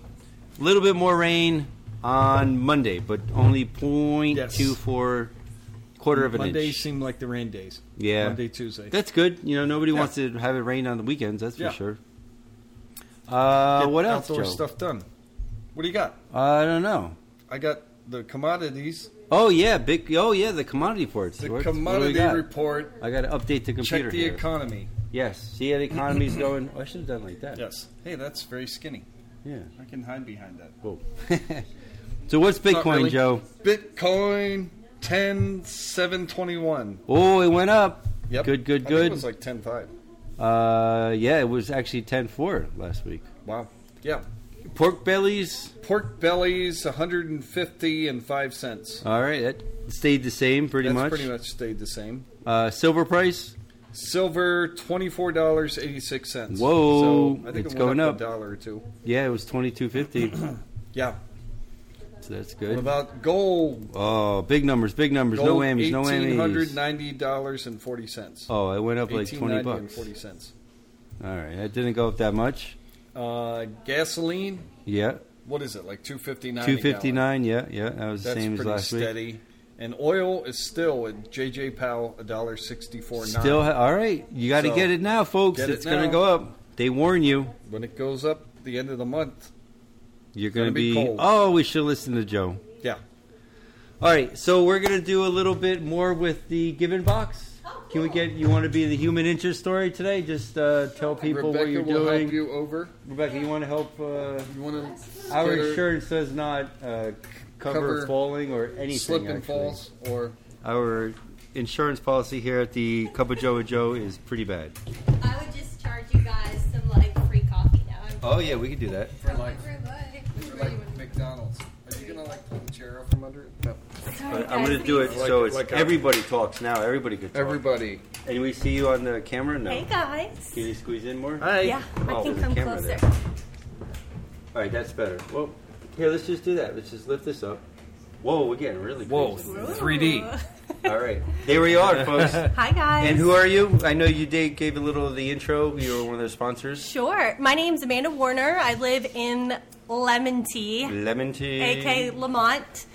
Speaker 2: a little bit more rain on Monday, but only 0.24, quarter of an
Speaker 1: Mondays
Speaker 2: inch.
Speaker 1: seem like the rain days.
Speaker 2: Yeah.
Speaker 1: Monday, Tuesday.
Speaker 2: That's good. You know, nobody
Speaker 1: Yeah.
Speaker 2: wants to have it rain on the weekends, that's
Speaker 1: Yeah.
Speaker 2: for sure. Uh,
Speaker 1: Get
Speaker 2: what else,
Speaker 1: Outdoor
Speaker 2: Joe?
Speaker 1: stuff done. What do you got?
Speaker 2: I don't know.
Speaker 1: I got the commodities,
Speaker 2: Oh yeah, big. Oh yeah, the commodity reports.
Speaker 1: the
Speaker 2: What- what do we
Speaker 1: commodity
Speaker 2: got?
Speaker 1: report.
Speaker 2: I got to update the computer.
Speaker 1: Check the
Speaker 2: here.
Speaker 1: economy.
Speaker 2: yes, see how the economy's going. Oh, I should have done like that.
Speaker 1: Yes. Hey, that's very skinny.
Speaker 2: Yeah.
Speaker 1: I can hide behind that.
Speaker 2: Whoa. so what's
Speaker 1: Not
Speaker 2: Bitcoin,
Speaker 1: really.
Speaker 2: Joe?
Speaker 1: Bitcoin ten seven twenty one.
Speaker 2: Oh, it went up.
Speaker 1: Yep.
Speaker 2: Good, good,
Speaker 1: I think it
Speaker 2: good.
Speaker 1: was like ten five.
Speaker 2: uh, yeah, it was actually ten four last week.
Speaker 1: Wow. Yeah.
Speaker 2: Pork bellies.
Speaker 1: Pork bellies, 150 and five cents.
Speaker 2: All right, that stayed the same pretty
Speaker 1: That's
Speaker 2: much.
Speaker 1: pretty much stayed the same.
Speaker 2: Uh, silver price.
Speaker 1: Silver, twenty-four dollars eighty-six cents.
Speaker 2: Whoa,
Speaker 1: so I think
Speaker 2: it's
Speaker 1: it went
Speaker 2: going
Speaker 1: up,
Speaker 2: up.
Speaker 1: a dollar or two.
Speaker 2: Yeah, it was twenty two fifty. so
Speaker 1: Yeah.
Speaker 2: that's
Speaker 1: What
Speaker 2: good.
Speaker 1: about gold?
Speaker 2: Oh, big numbers, big numbers.
Speaker 1: Gold,
Speaker 2: no whammies, no whammies.
Speaker 1: dollars and forty cents.
Speaker 2: Oh, it went up like twenty
Speaker 1: and
Speaker 2: bucks.
Speaker 1: forty cents.
Speaker 2: All right, that didn't go up that much.
Speaker 1: Uh, gasoline.
Speaker 2: Yeah,
Speaker 1: What is it like? Two fifty-nine.
Speaker 2: two fifty nine. Yeah, yeah, that was the
Speaker 1: That's
Speaker 2: same as
Speaker 1: pretty
Speaker 2: last week.
Speaker 1: steady. And oil is still at JJ Powell a dollar sixty-four.
Speaker 2: Still, ha- all right. You got to
Speaker 1: So,
Speaker 2: get it now, folks.
Speaker 1: get it
Speaker 2: It's going
Speaker 1: now.
Speaker 2: to go up. They warn you.
Speaker 1: when it goes up the end of the month.
Speaker 2: You're
Speaker 1: gonna
Speaker 2: going to
Speaker 1: be
Speaker 2: be.
Speaker 1: cold.
Speaker 2: oh, we should listen to Joe.
Speaker 1: Yeah.
Speaker 2: All right, so we're going to do a little bit more with the given box.
Speaker 3: Oh,
Speaker 2: Can we
Speaker 3: cool.
Speaker 2: get? You want to be the human interest story today? Just uh, tell people
Speaker 1: Rebecca
Speaker 2: what you're
Speaker 1: will
Speaker 2: doing.
Speaker 1: help you over.
Speaker 2: Rebecca, you want to help? Uh,
Speaker 1: You want to
Speaker 2: our insurance does not uh, c- cover,
Speaker 1: Cover
Speaker 2: falling or anything.
Speaker 1: slip and
Speaker 2: actually.
Speaker 1: falls or
Speaker 2: Our insurance policy here at the Cup of Joe with Joe is pretty bad.
Speaker 3: I would just charge you guys some like free coffee now. I'm
Speaker 2: Oh yeah, we could do that.
Speaker 1: for like Or like McDonald's. Are you gonna like pull the chair out from under it? No.
Speaker 2: But I'm gonna do it
Speaker 1: Like-
Speaker 2: so it's
Speaker 1: like a-
Speaker 2: everybody talks now. Everybody could talk.
Speaker 1: Everybody.
Speaker 2: And we see you on the camera. No.
Speaker 3: Hey guys.
Speaker 2: Can you squeeze in more?
Speaker 1: Hi.
Speaker 3: Yeah,
Speaker 2: Oh,
Speaker 3: I can
Speaker 2: there's a
Speaker 3: come
Speaker 2: camera
Speaker 3: closer.
Speaker 2: there. All right, that's better. Well, here, let's just do that. Let's just lift this up. Whoa, we're getting really
Speaker 1: Whoa.
Speaker 2: crazy.
Speaker 1: 3D.
Speaker 3: Ooh.
Speaker 2: All right. There we are, folks.
Speaker 3: Hi, guys.
Speaker 2: And who are you? I know you did, gave a little of the intro. You were one of their sponsors.
Speaker 3: Sure. My name's Amanda Warner. I live in Lemon Tea,
Speaker 2: Lemon tea.
Speaker 3: aka Lamont.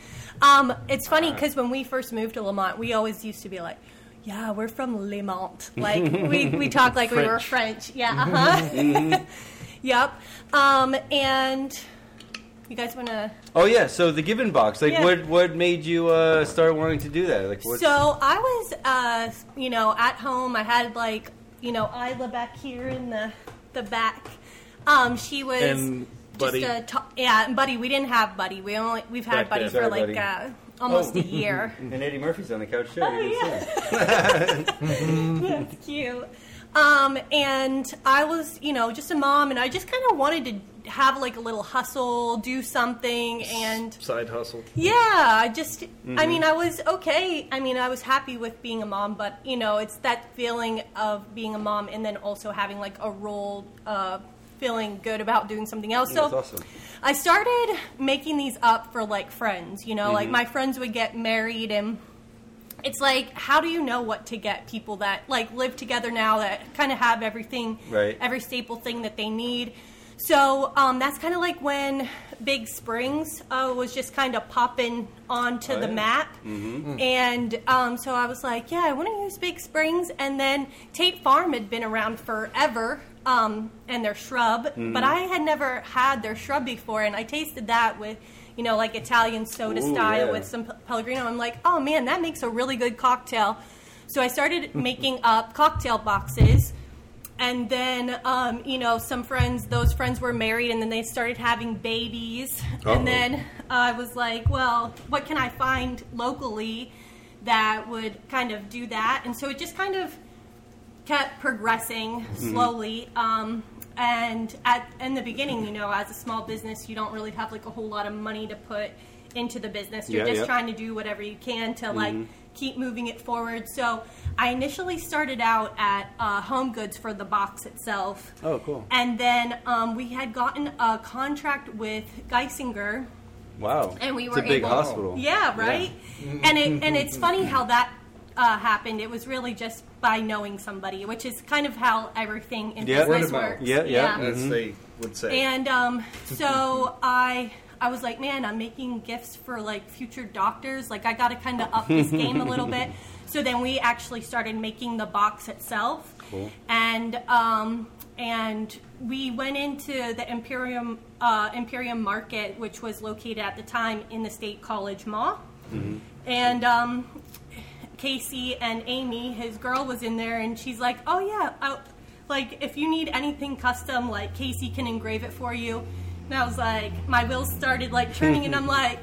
Speaker 3: Um, it's funny because when we first moved to Lamont, we always used to be like, "Yeah, we're from Lamont." Like we, we talk like we were French. Yeah. Uh huh. yep. Um, and you guys want to?
Speaker 2: Oh yeah. So the Given Box. Like,
Speaker 3: Yeah.
Speaker 2: what what made you uh, start wanting to do that? Like, what?
Speaker 3: So I was, uh, you know, at home. I had like, you know, Isla back here in the the back. Um, she was
Speaker 6: And Buddy.
Speaker 3: Just a to- yeah, and Buddy. We didn't have Buddy. We only we've had
Speaker 6: Back
Speaker 3: Buddy
Speaker 6: then. Oh.
Speaker 3: for
Speaker 2: Sorry,
Speaker 3: like
Speaker 2: Buddy.
Speaker 3: uh, almost a year.
Speaker 2: and Eddie Murphy's on the couch too.
Speaker 3: Oh, That's cute. Um, and I was, you know, just a mom, and I just kind of wanted to have like a little hustle, do something, and
Speaker 6: Side hustle.
Speaker 3: yeah, I just,
Speaker 2: Mm-hmm.
Speaker 3: I mean, I was okay. I mean, I was happy with being a mom, but, you know, it's that feeling of being a mom and then also having like a role, uh, feeling good about doing something else. so
Speaker 2: That's awesome.
Speaker 3: I started making these up for like friends, you know,
Speaker 2: Mm-hmm.
Speaker 3: like my friends would get married and it's like how do you know what to get people that like live together now that kind of have everything
Speaker 2: Right.
Speaker 3: every staple thing that they need so um, that's kind of like when big springs uh, was just kind of popping onto
Speaker 2: Oh,
Speaker 3: the
Speaker 2: yeah. Mm-hmm.
Speaker 3: map and um, so i was like yeah i want to use big springs and then tate farm had been around forever um, and their shrub
Speaker 2: Mm-hmm.
Speaker 3: but i had never had their shrub before and i tasted that with you know like italian soda
Speaker 2: Ooh,
Speaker 3: style
Speaker 2: yeah.
Speaker 3: with some P- Pellegrino. I'm like, oh man, that makes a really good cocktail. So I started making up cocktail boxes. And then, um, you know, some friends, those friends were married and then they started having babies.
Speaker 2: Uh-oh.
Speaker 3: And then I was like, well, what can I find locally that would kind of do that? And so it just kind of kept progressing
Speaker 2: Mm-hmm.
Speaker 3: slowly. Um, and at in the beginning, you know, as a small business, you don't really have like a whole lot of money to put into the business. You're
Speaker 2: Yeah,
Speaker 3: just
Speaker 2: yeah. Mm-hmm.
Speaker 3: trying to do whatever you can to like keep moving it forward. So I initially started out at uh, Home Goods for the box itself.
Speaker 2: Oh, cool.
Speaker 3: And then um, we had gotten a contract with Geisinger.
Speaker 2: Wow.
Speaker 3: And we
Speaker 2: it's
Speaker 3: were
Speaker 2: a big
Speaker 3: able-
Speaker 2: hospital.
Speaker 3: Yeah, right. And it and it's funny how that uh, happened. It was really just by knowing somebody, which is kind of how everything in
Speaker 2: Yeah. Word
Speaker 1: of
Speaker 3: business
Speaker 1: mouth.
Speaker 3: works.
Speaker 2: Yeah, yeah. Mm-hmm.
Speaker 1: As they would say.
Speaker 3: And um, so I I was like, man, I'm making gifts for like future doctors. Like I got to kind of up this game a little bit. So then we actually started making the box itself.
Speaker 2: Cool.
Speaker 3: And um, and we went into the Imperium uh, Imperium Market, which was located at the time in the State College Mall. And um, Casey and Amy, his girl, was in there, and she's like, "Oh yeah, I, like if you need anything custom, like Casey can engrave it for you." And I was like, my wheels started like turning, and I'm like,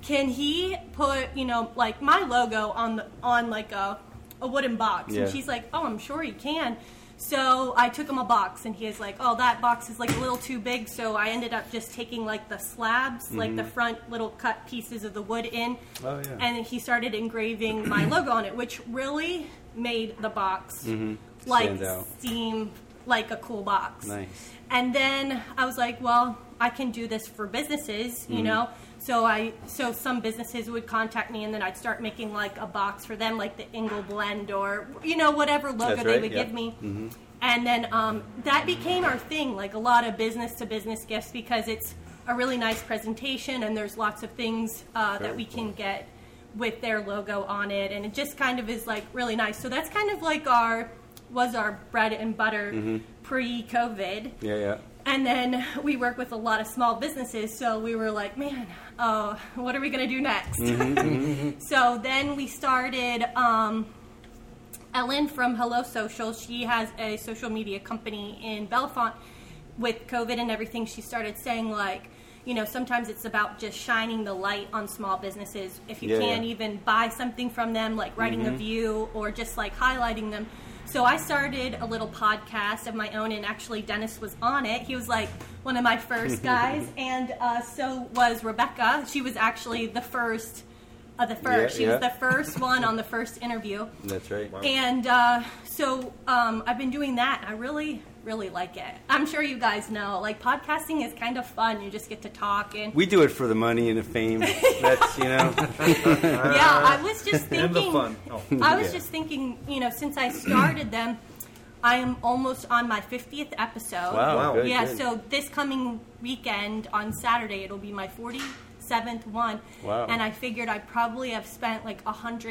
Speaker 3: "Can he put you know like my logo on the on like a a wooden box?"
Speaker 2: Yeah.
Speaker 3: And she's like, "Oh, I'm sure he can." So I took him a box, and he was like, "Oh, that box is like a little too big." So I ended up just taking like the slabs, like the front little cut pieces of the wood in,
Speaker 2: Oh, yeah.
Speaker 3: and he started engraving my logo on it, which really made the box like
Speaker 2: Mm-hmm. Stand out.
Speaker 3: seem like a cool box.
Speaker 2: Nice.
Speaker 3: And then I was like, well, I can do this for businesses,
Speaker 2: Mm-hmm.
Speaker 3: you know. So I so some businesses would contact me, and then I'd start making like a box for them, like the Ingle Blend or you know whatever logo
Speaker 2: That's
Speaker 3: they
Speaker 2: right,
Speaker 3: would
Speaker 2: yeah. Mm-hmm.
Speaker 3: give me. And then um, that became our thing, like a lot of business to business gifts because it's a really nice presentation, and there's lots of things uh, that
Speaker 2: Very
Speaker 3: we can get with their logo on it, and it just kind of is like really nice. So that's kind of like our was our bread and butter
Speaker 2: Mm-hmm.
Speaker 3: pre-COVID.
Speaker 2: Yeah, yeah.
Speaker 3: And then we work with a lot of small businesses, so we were like, man, oh, what are we going to do next? so then we started um, Ellen from Hello Social. She has a social media company in Bellefonte. With COVID and everything, she started saying, like, you know, sometimes it's about just shining the light on small businesses. If you
Speaker 2: Yeah, Mm-hmm.
Speaker 3: can't
Speaker 2: yeah.
Speaker 3: even buy something from them, like writing a review or just like highlighting them. So I started a little podcast of my own, and actually Dennis was on it. He was like one of my first guys, and uh, so was Rebecca. She was actually the first of the
Speaker 2: Yeah,
Speaker 3: first. she was
Speaker 2: yeah.
Speaker 3: the first one on the first interview.
Speaker 2: That's right.
Speaker 3: And uh, so um, I've been doing that. I really, really like it. I'm sure you guys know, like podcasting is kind of fun. You just get to talk and
Speaker 2: We do it for the money and the fame. That's you know.
Speaker 3: yeah. I was just thinking.
Speaker 1: and the fun. Oh.
Speaker 3: I was
Speaker 2: Yeah.
Speaker 3: just thinking, you know, since I started them, I am almost on my 50th episode.
Speaker 2: Wow.
Speaker 1: Wow.
Speaker 2: good,
Speaker 3: yeah,
Speaker 2: good.
Speaker 3: so this coming weekend on Saturday, it'll be my 47th one.
Speaker 2: Wow.
Speaker 3: And I figured I probably have spent like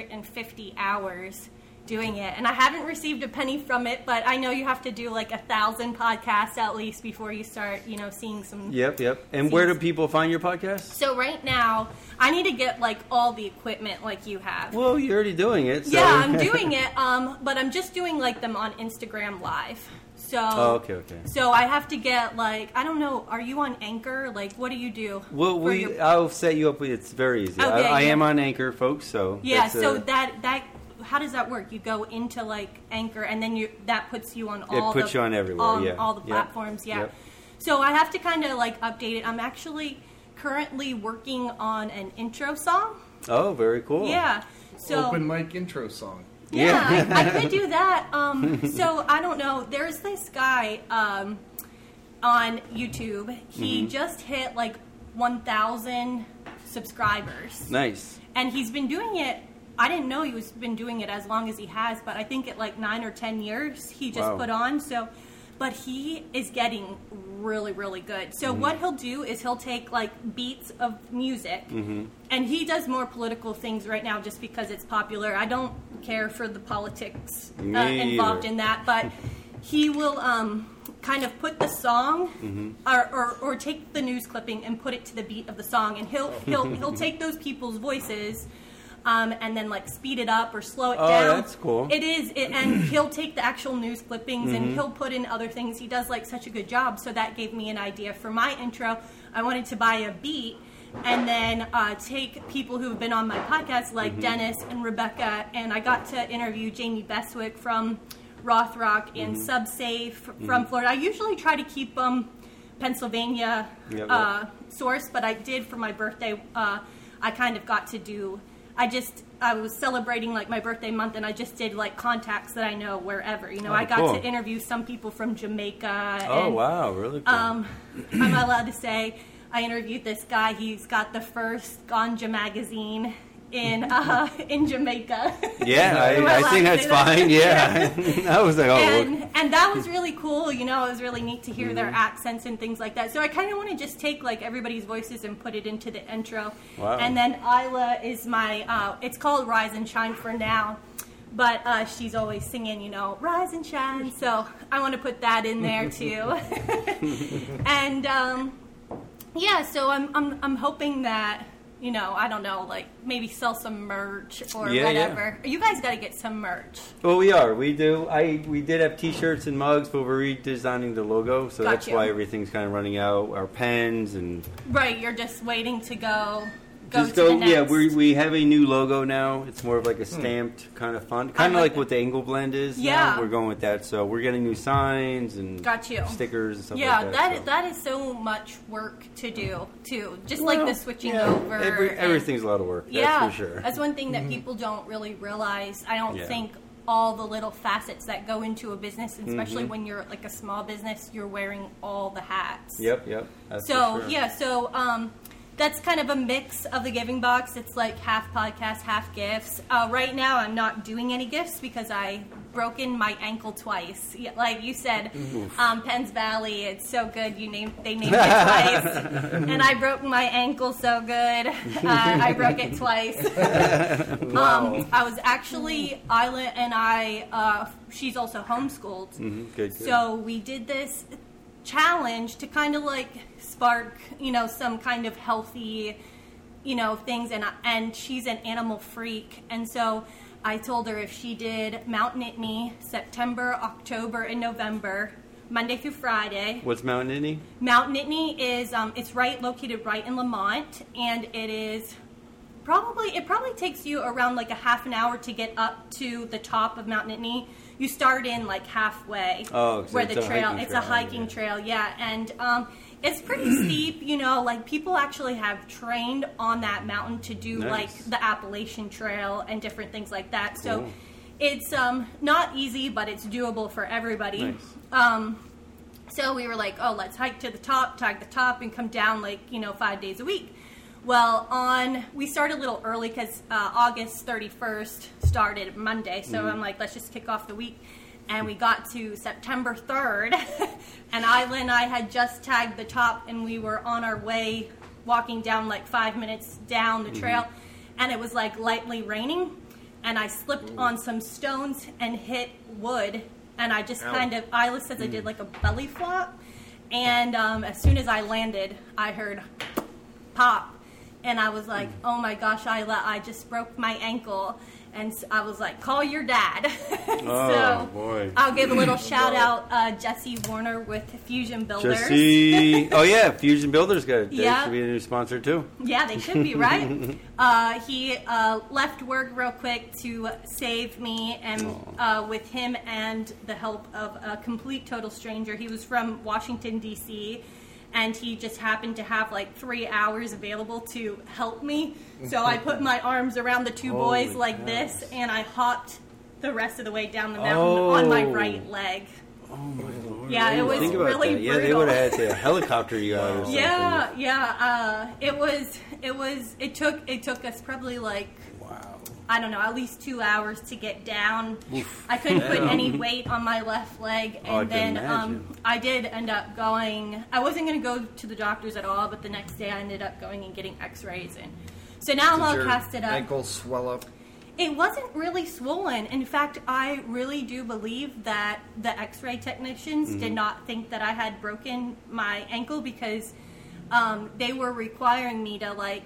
Speaker 3: 150 hours doing it. And I haven't received a penny from it, but I know you have to do like a thousand podcasts at least before you start, you know, seeing some.
Speaker 2: Yep, yep. And where do
Speaker 3: Seems-
Speaker 2: people find your podcast?
Speaker 3: So right now, I need to get like all the equipment like you have.
Speaker 2: Well, you're already doing it. So.
Speaker 3: Yeah, I'm doing it, um, but I'm just doing like them on Instagram Live. So
Speaker 2: Oh, okay, okay.
Speaker 3: So I have to get like I don't know. Are you on Anchor? Like, what do you do?
Speaker 2: Well,
Speaker 3: for
Speaker 2: we
Speaker 3: your-
Speaker 2: I'll set you up with it's very easy. I,
Speaker 3: Okay,
Speaker 2: I
Speaker 3: yeah.
Speaker 2: am on Anchor, folks. So
Speaker 3: yeah.
Speaker 2: that's,
Speaker 3: So
Speaker 2: uh,
Speaker 3: that that how does that work? You go into like Anchor, and then you that puts you on
Speaker 2: It
Speaker 3: all.
Speaker 2: puts
Speaker 3: the,
Speaker 2: you on everywhere,
Speaker 3: on
Speaker 2: yeah.
Speaker 3: all the
Speaker 2: Yep.
Speaker 3: platforms. Yeah.
Speaker 2: Yep.
Speaker 3: So I have to kind of like update it. I'm actually currently working on an intro song.
Speaker 2: oh, very cool.
Speaker 3: Yeah. So
Speaker 1: Open mic intro song.
Speaker 3: Yeah,
Speaker 2: Yeah.
Speaker 3: I, I could do that. Um, so I don't know. There's this guy um, on YouTube. He just hit like 1,000 subscribers,
Speaker 2: Nice.
Speaker 3: and he's been doing it. I didn't know he was been doing it as long as he has, but I think at like nine or ten years he just
Speaker 2: Wow.
Speaker 3: put on. So, but he is getting really, really good. So what he'll do is he'll take like beats of music, and he does more political things right now just because it's popular. I don't care for the politics uh,
Speaker 2: Me either.
Speaker 3: involved in that, but he will um, kind of put the song
Speaker 2: Mm-hmm.
Speaker 3: or, or, or take the news clipping and put it to the beat of the song, and he'll he'll he'll take those people's voices. Um, and then like speed it up or slow it
Speaker 2: Oh,
Speaker 3: down.
Speaker 2: that's cool.
Speaker 3: It is, it, and he'll take the actual news clippings and he'll put in other things. He does like such a good job, so that gave me an idea for my intro. I wanted to buy a beat and then uh, take people who have been on my podcast, like Dennis and Rebecca, and I got to interview Jamie Beswick from Rothrock and Subsafe from Florida. I usually try to keep them Pennsylvania
Speaker 2: Yeah, yeah.
Speaker 3: uh, source, but I did for my birthday. Uh, I kind of got to do. I just I was celebrating like my birthday month, and I just did like contacts that I know wherever. You know,
Speaker 2: Oh,
Speaker 3: I got
Speaker 2: cool.
Speaker 3: to interview some people from Jamaica.
Speaker 2: Oh
Speaker 3: and,
Speaker 2: wow, really cool.
Speaker 3: Um, I'm allowed to say I interviewed this guy. He's got the first ganja magazine in uh, in Jamaica.
Speaker 2: yeah,
Speaker 3: Am
Speaker 2: I, I
Speaker 3: allowed
Speaker 2: think
Speaker 3: to
Speaker 2: that's
Speaker 3: say that?
Speaker 2: fine. Yeah, I was like, oh,
Speaker 3: and and that was really cool. You know, it was really neat to hear their
Speaker 2: Mm-hmm.
Speaker 3: accents and things like that. So I kind of want to just take like everybody's voices and put it into the intro.
Speaker 2: Wow.
Speaker 3: And then Isla is my. Uh, it's called Rise and Shine for now, but uh, she's always singing. You know, Rise and Shine. So I want to put that in there too. and um, yeah, so I'm I'm I'm hoping that. You know, I don't know, like maybe sell some merch or
Speaker 2: Yeah, yeah.
Speaker 3: whatever. You guys got to get some merch.
Speaker 2: well, we are. We do. I we did have T-shirts and mugs, but we're redesigning the logo, so
Speaker 3: Got
Speaker 2: that's
Speaker 3: you.
Speaker 2: why everything's kind of running out. Our pens and
Speaker 3: Right, you're just waiting to go. Go
Speaker 2: Just
Speaker 3: to the next.
Speaker 2: Yeah, we we have a new logo now. It's more of like a stamped kind of font, kind of like
Speaker 3: like it.
Speaker 2: what the angle blend is. now.
Speaker 3: Yeah.
Speaker 2: we're going with that. So we're getting new signs and
Speaker 3: Got you.
Speaker 2: stickers and stuff.
Speaker 3: yeah,
Speaker 2: like
Speaker 3: that
Speaker 2: that,
Speaker 3: is,
Speaker 2: so.
Speaker 3: that is so much work to do too. Just like
Speaker 2: Well,
Speaker 3: the switching
Speaker 2: yeah,
Speaker 3: over.
Speaker 2: every-
Speaker 3: and-
Speaker 2: everything's a lot of work.
Speaker 3: yeah,
Speaker 2: that's for sure.
Speaker 3: that's one thing
Speaker 2: Mm-hmm.
Speaker 3: that people don't really realize. I don't
Speaker 2: Yeah.
Speaker 3: think all the little facets that go into a business, and
Speaker 2: Mm-hmm.
Speaker 3: especially when you're like a small business, you're wearing all the hats.
Speaker 2: yep, yep. That's
Speaker 3: So
Speaker 2: for sure.
Speaker 3: yeah, so um, that's kind of a mix of the giving box. It's like half podcast, half gifts. Uh, right now, I'm not doing any gifts because I broken my ankle twice. Yeah, Like you said, um, Penn's Valley, it's so good. You named they named it twice, and I broke my ankle so good. Uh, I broke it twice. um, I was actually Isla and I. Uh, she's also homeschooled.
Speaker 2: Mhm, good, good.
Speaker 3: So we did this challenge to kind of like spark, you know, some kind of healthy, you know, things. And I- and she's an animal freak, and so I told her if she did Mount Nittany September, October, and November, Monday through Friday.
Speaker 2: what's Mount Nittany?
Speaker 3: Mount Nittany is um, it's right located right in Lamont, and it is probably it probably takes you around like a half an hour to get up to the top of Mount Nittany. You start in like halfway
Speaker 2: Oh, so
Speaker 3: where
Speaker 2: it's
Speaker 3: the
Speaker 2: a hiking
Speaker 3: trail, it's a
Speaker 2: trail,
Speaker 3: hiking
Speaker 2: yeah.
Speaker 3: trail, yeah, and um, it's pretty steep. You know, like people actually have trained on that mountain to do
Speaker 2: Nice.
Speaker 3: like the Appalachian Trail and different things like that. So
Speaker 2: Cool.
Speaker 3: it's um, not easy, but it's doable for everybody.
Speaker 2: Nice.
Speaker 3: Um, so we were like, oh, let's hike to the top, tag the top, and come down like, you know, five days a week. Well, on, we started a little early because uh, August 31st started Monday. So I'm like, let's just kick off the week. And we got to September 3rd, and Isla and I had just tagged the top, and we were on our way walking down like five minutes down the trail, and it was like lightly raining. And I slipped on some stones and hit wood, and I just
Speaker 5: Ow.
Speaker 3: kind of Isla says I
Speaker 2: Mm.
Speaker 3: did like a belly flop, and um, as soon as I landed, I heard pop, and I was
Speaker 2: Mm.
Speaker 3: like, "Oh my gosh, Isla, I just broke my ankle," and s I I was like, "Call your dad."
Speaker 2: Oh, boy.
Speaker 3: I'll give a little shout out uh, Jesse Warner with Fusion Builders.
Speaker 2: Jesse. oh yeah, Fusion Builders got they
Speaker 3: Yeah.
Speaker 2: should be a new sponsor too.
Speaker 3: Yeah, they should be, right? uh, he uh, left work real quick to save me, and uh, with him and the help of a complete total stranger, he was from Washington, D.C., and he just happened to have like three hours available to help me. So I put my arms around the two
Speaker 2: Holy
Speaker 3: boys like this,
Speaker 2: cow.
Speaker 3: and I hopped the rest of the way down the mountain on my
Speaker 2: Oh.
Speaker 3: right leg.
Speaker 2: Oh my lord.
Speaker 3: Yeah,
Speaker 2: I didn't
Speaker 3: it was
Speaker 2: think about
Speaker 3: really
Speaker 2: that. Yeah, they
Speaker 3: brutal.
Speaker 2: would have had to helicopter you out or something.
Speaker 3: Yeah, yeah. Uh, it was. It was. It took. It took us probably like
Speaker 5: Wow.
Speaker 3: I don't know, at least two hours to get down. I couldn't put
Speaker 2: Yeah.
Speaker 3: any weight on my left leg,
Speaker 2: Oh, I
Speaker 3: and
Speaker 2: can
Speaker 3: then um,
Speaker 2: imagine.
Speaker 3: I did end up going. I wasn't going to go to the doctors at all, but the next day I ended up going and getting X-rays, and so now I'm
Speaker 1: Did
Speaker 3: all
Speaker 1: your
Speaker 3: casted up.
Speaker 1: Ankle swell up.
Speaker 3: It wasn't really swollen. In fact, I really do believe that the x ray technicians did not think that I had broken my ankle because um, they were requiring me to, like,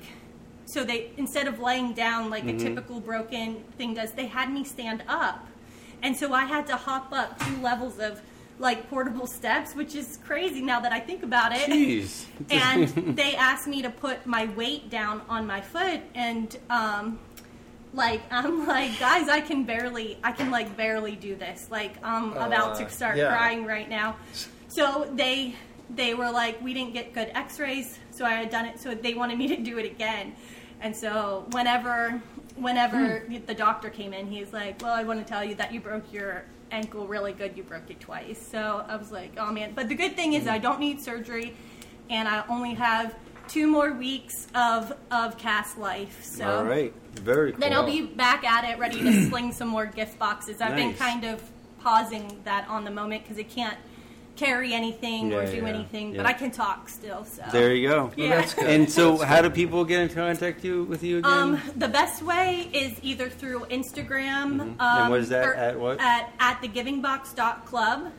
Speaker 3: so they, instead of laying down like a typical broken thing does, they had me stand up. And so I had to hop up two levels of like portable steps, which is crazy now that I think about it
Speaker 2: Jeez.
Speaker 3: and they asked me to put my weight down on my foot and um like I'm like guys I can barely I can like barely do this like I'm about
Speaker 1: Uh,
Speaker 3: to start
Speaker 1: yeah.
Speaker 3: crying right now so they they were like we didn't get good x-rays so I had done it so they wanted me to do it again and so whenever whenever
Speaker 2: Hmm.
Speaker 3: the doctor came in he's like well I want to tell you that you broke your ankle really good you broke it twice so I was like oh man but the good thing is
Speaker 2: Hmm.
Speaker 3: I don't need surgery and I only have two more weeks of of cast life. So
Speaker 2: All right. Very cool.
Speaker 3: then I'll be back at it, ready to sling some more gift boxes. I've been
Speaker 2: Nice.
Speaker 3: kind of pausing that on the moment because I can't carry anything or
Speaker 2: Yeah,
Speaker 3: do
Speaker 2: yeah,
Speaker 3: anything, but
Speaker 2: yeah.
Speaker 3: I can talk still. So
Speaker 2: There you go.
Speaker 3: Yeah. Well, that's good.
Speaker 2: And so, how do people get in contact you with you again?
Speaker 3: Um, the best way is either through Instagram. Um,
Speaker 2: Mm-hmm. And what is that?
Speaker 3: or
Speaker 2: At what?
Speaker 3: At, at thegivingbox.club.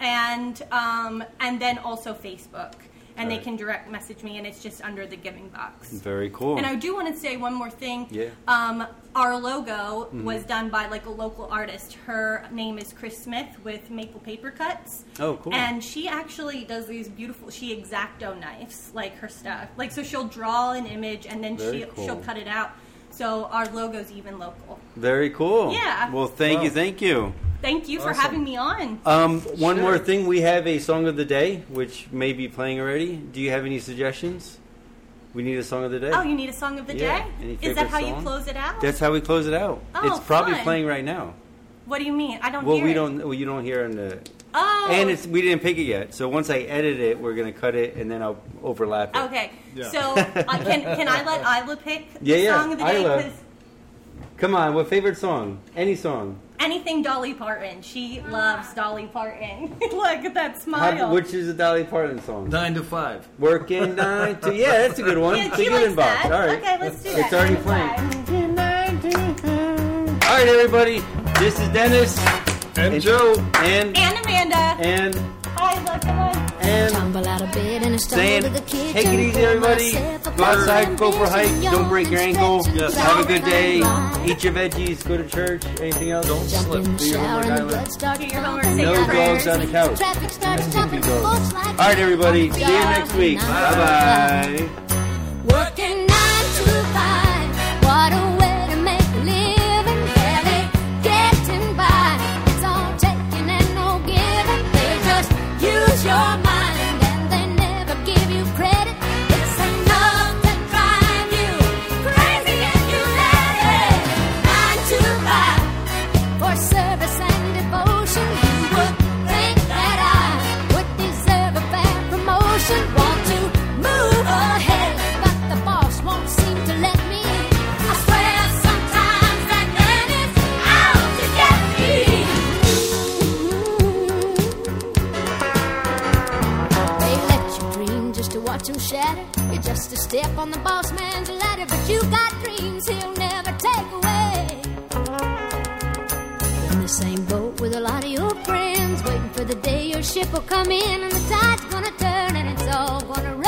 Speaker 3: And, um, and then also Facebook. And they
Speaker 2: Alright.
Speaker 3: can direct message me, and it's just under the Giving Box.
Speaker 2: Very cool.
Speaker 3: And I do want to say one more thing.
Speaker 2: Hmm. Yeah. Mm-hmm.
Speaker 3: Um, our logo was done by like a local artist. Her name is Chris Smith with Maple Paper Cuts.
Speaker 2: Oh, cool.
Speaker 3: And she actually does these beautiful. She exacto knives like her stuff. Like so, she'll draw an image and then
Speaker 2: Very
Speaker 3: she
Speaker 2: cool.
Speaker 3: she'll cut it out. So our logo's even local.
Speaker 2: Very cool.
Speaker 3: Yeah.
Speaker 2: Well, thank you,
Speaker 1: Wow.
Speaker 2: thank you.
Speaker 3: Thank you for
Speaker 1: Awesome.
Speaker 3: having me on.
Speaker 2: Um, one
Speaker 1: Sure.
Speaker 2: more thing, we have a song of the day, which may be playing already. Do you have any suggestions? We need a song of the day.
Speaker 3: Oh, you need a song of the
Speaker 2: Yeah. Any
Speaker 3: day? Is that
Speaker 2: favorite
Speaker 3: how you
Speaker 2: song?
Speaker 3: close it out?
Speaker 2: That's how we close it out.
Speaker 3: Oh,
Speaker 2: it's probably
Speaker 3: fun.
Speaker 2: playing right now.
Speaker 3: what do you mean? I don't
Speaker 2: Well,
Speaker 3: hear
Speaker 2: we
Speaker 3: it.
Speaker 2: don't. Well, you don't hear it in the.
Speaker 3: Oh.
Speaker 2: And it's we didn't pick it yet. So once I edit it, we're gonna cut it, and then I'll overlap it.
Speaker 3: Okay.
Speaker 1: Yeah.
Speaker 3: So I can can I let Isla pick the
Speaker 2: Yeah, yeah,
Speaker 3: song of the day?
Speaker 2: Isla.
Speaker 3: 'Cause
Speaker 2: Come on, what favorite song? Any song?
Speaker 3: anything Dolly Parton. She loves Dolly Parton. Look at that smile.
Speaker 2: How, which is the Dolly Parton song?
Speaker 1: Nine to five.
Speaker 2: Working nine to yeah, that's a good one.
Speaker 3: yeah,
Speaker 2: the
Speaker 3: she
Speaker 2: Giving
Speaker 3: likes
Speaker 2: Box.
Speaker 3: that.
Speaker 2: All right.
Speaker 3: Okay, let's do that.
Speaker 2: It's already
Speaker 3: Nine to
Speaker 2: playing.
Speaker 3: five.
Speaker 2: All right, everybody. This is Dennis
Speaker 1: And,
Speaker 2: and
Speaker 3: And Amanda.
Speaker 2: and
Speaker 3: Isla, come on.
Speaker 2: and
Speaker 6: Tumble out of bed and I stumble
Speaker 2: saying,
Speaker 6: to the kitchen.
Speaker 2: take it easy,
Speaker 6: pour
Speaker 2: everybody.
Speaker 6: myself a
Speaker 2: Go
Speaker 6: glass of
Speaker 2: outside, go for a hike,
Speaker 6: ambition,
Speaker 2: don't break your
Speaker 6: yawn and
Speaker 2: ankle.
Speaker 6: stretch
Speaker 2: Have
Speaker 6: and
Speaker 2: a
Speaker 6: drive
Speaker 2: good day.
Speaker 6: and
Speaker 2: Eat your veggies. Go to church. Anything else? Don't
Speaker 6: Jump in the
Speaker 2: Do your
Speaker 6: shower
Speaker 2: homework
Speaker 6: and the
Speaker 2: island.
Speaker 6: blood starts
Speaker 3: Do your homework,
Speaker 6: pumping.
Speaker 3: say
Speaker 2: No
Speaker 3: your prayers.
Speaker 2: dogs on the couch.
Speaker 6: Traffic starts
Speaker 2: That's what we
Speaker 6: jumping.
Speaker 2: do.
Speaker 6: Folks like
Speaker 2: All right, everybody. See you next week. Bye bye.
Speaker 6: Working nine to five. your mind and they never give you credit. It's enough to drive you crazy and you let it. Nine to five for service and devotion. You would think that I would deserve a fair promotion. Want to move ahead, but the boss won't seem to let me. I swear sometimes that man is out to get me. They let you dream just to watch them shatter. You're just a step on the boss man's ladder, but you got dreams he'll never take away in the same boat with a lot of your friends, waiting for the day your ship will come in and the tide's gonna turn and it's all gonna Oh,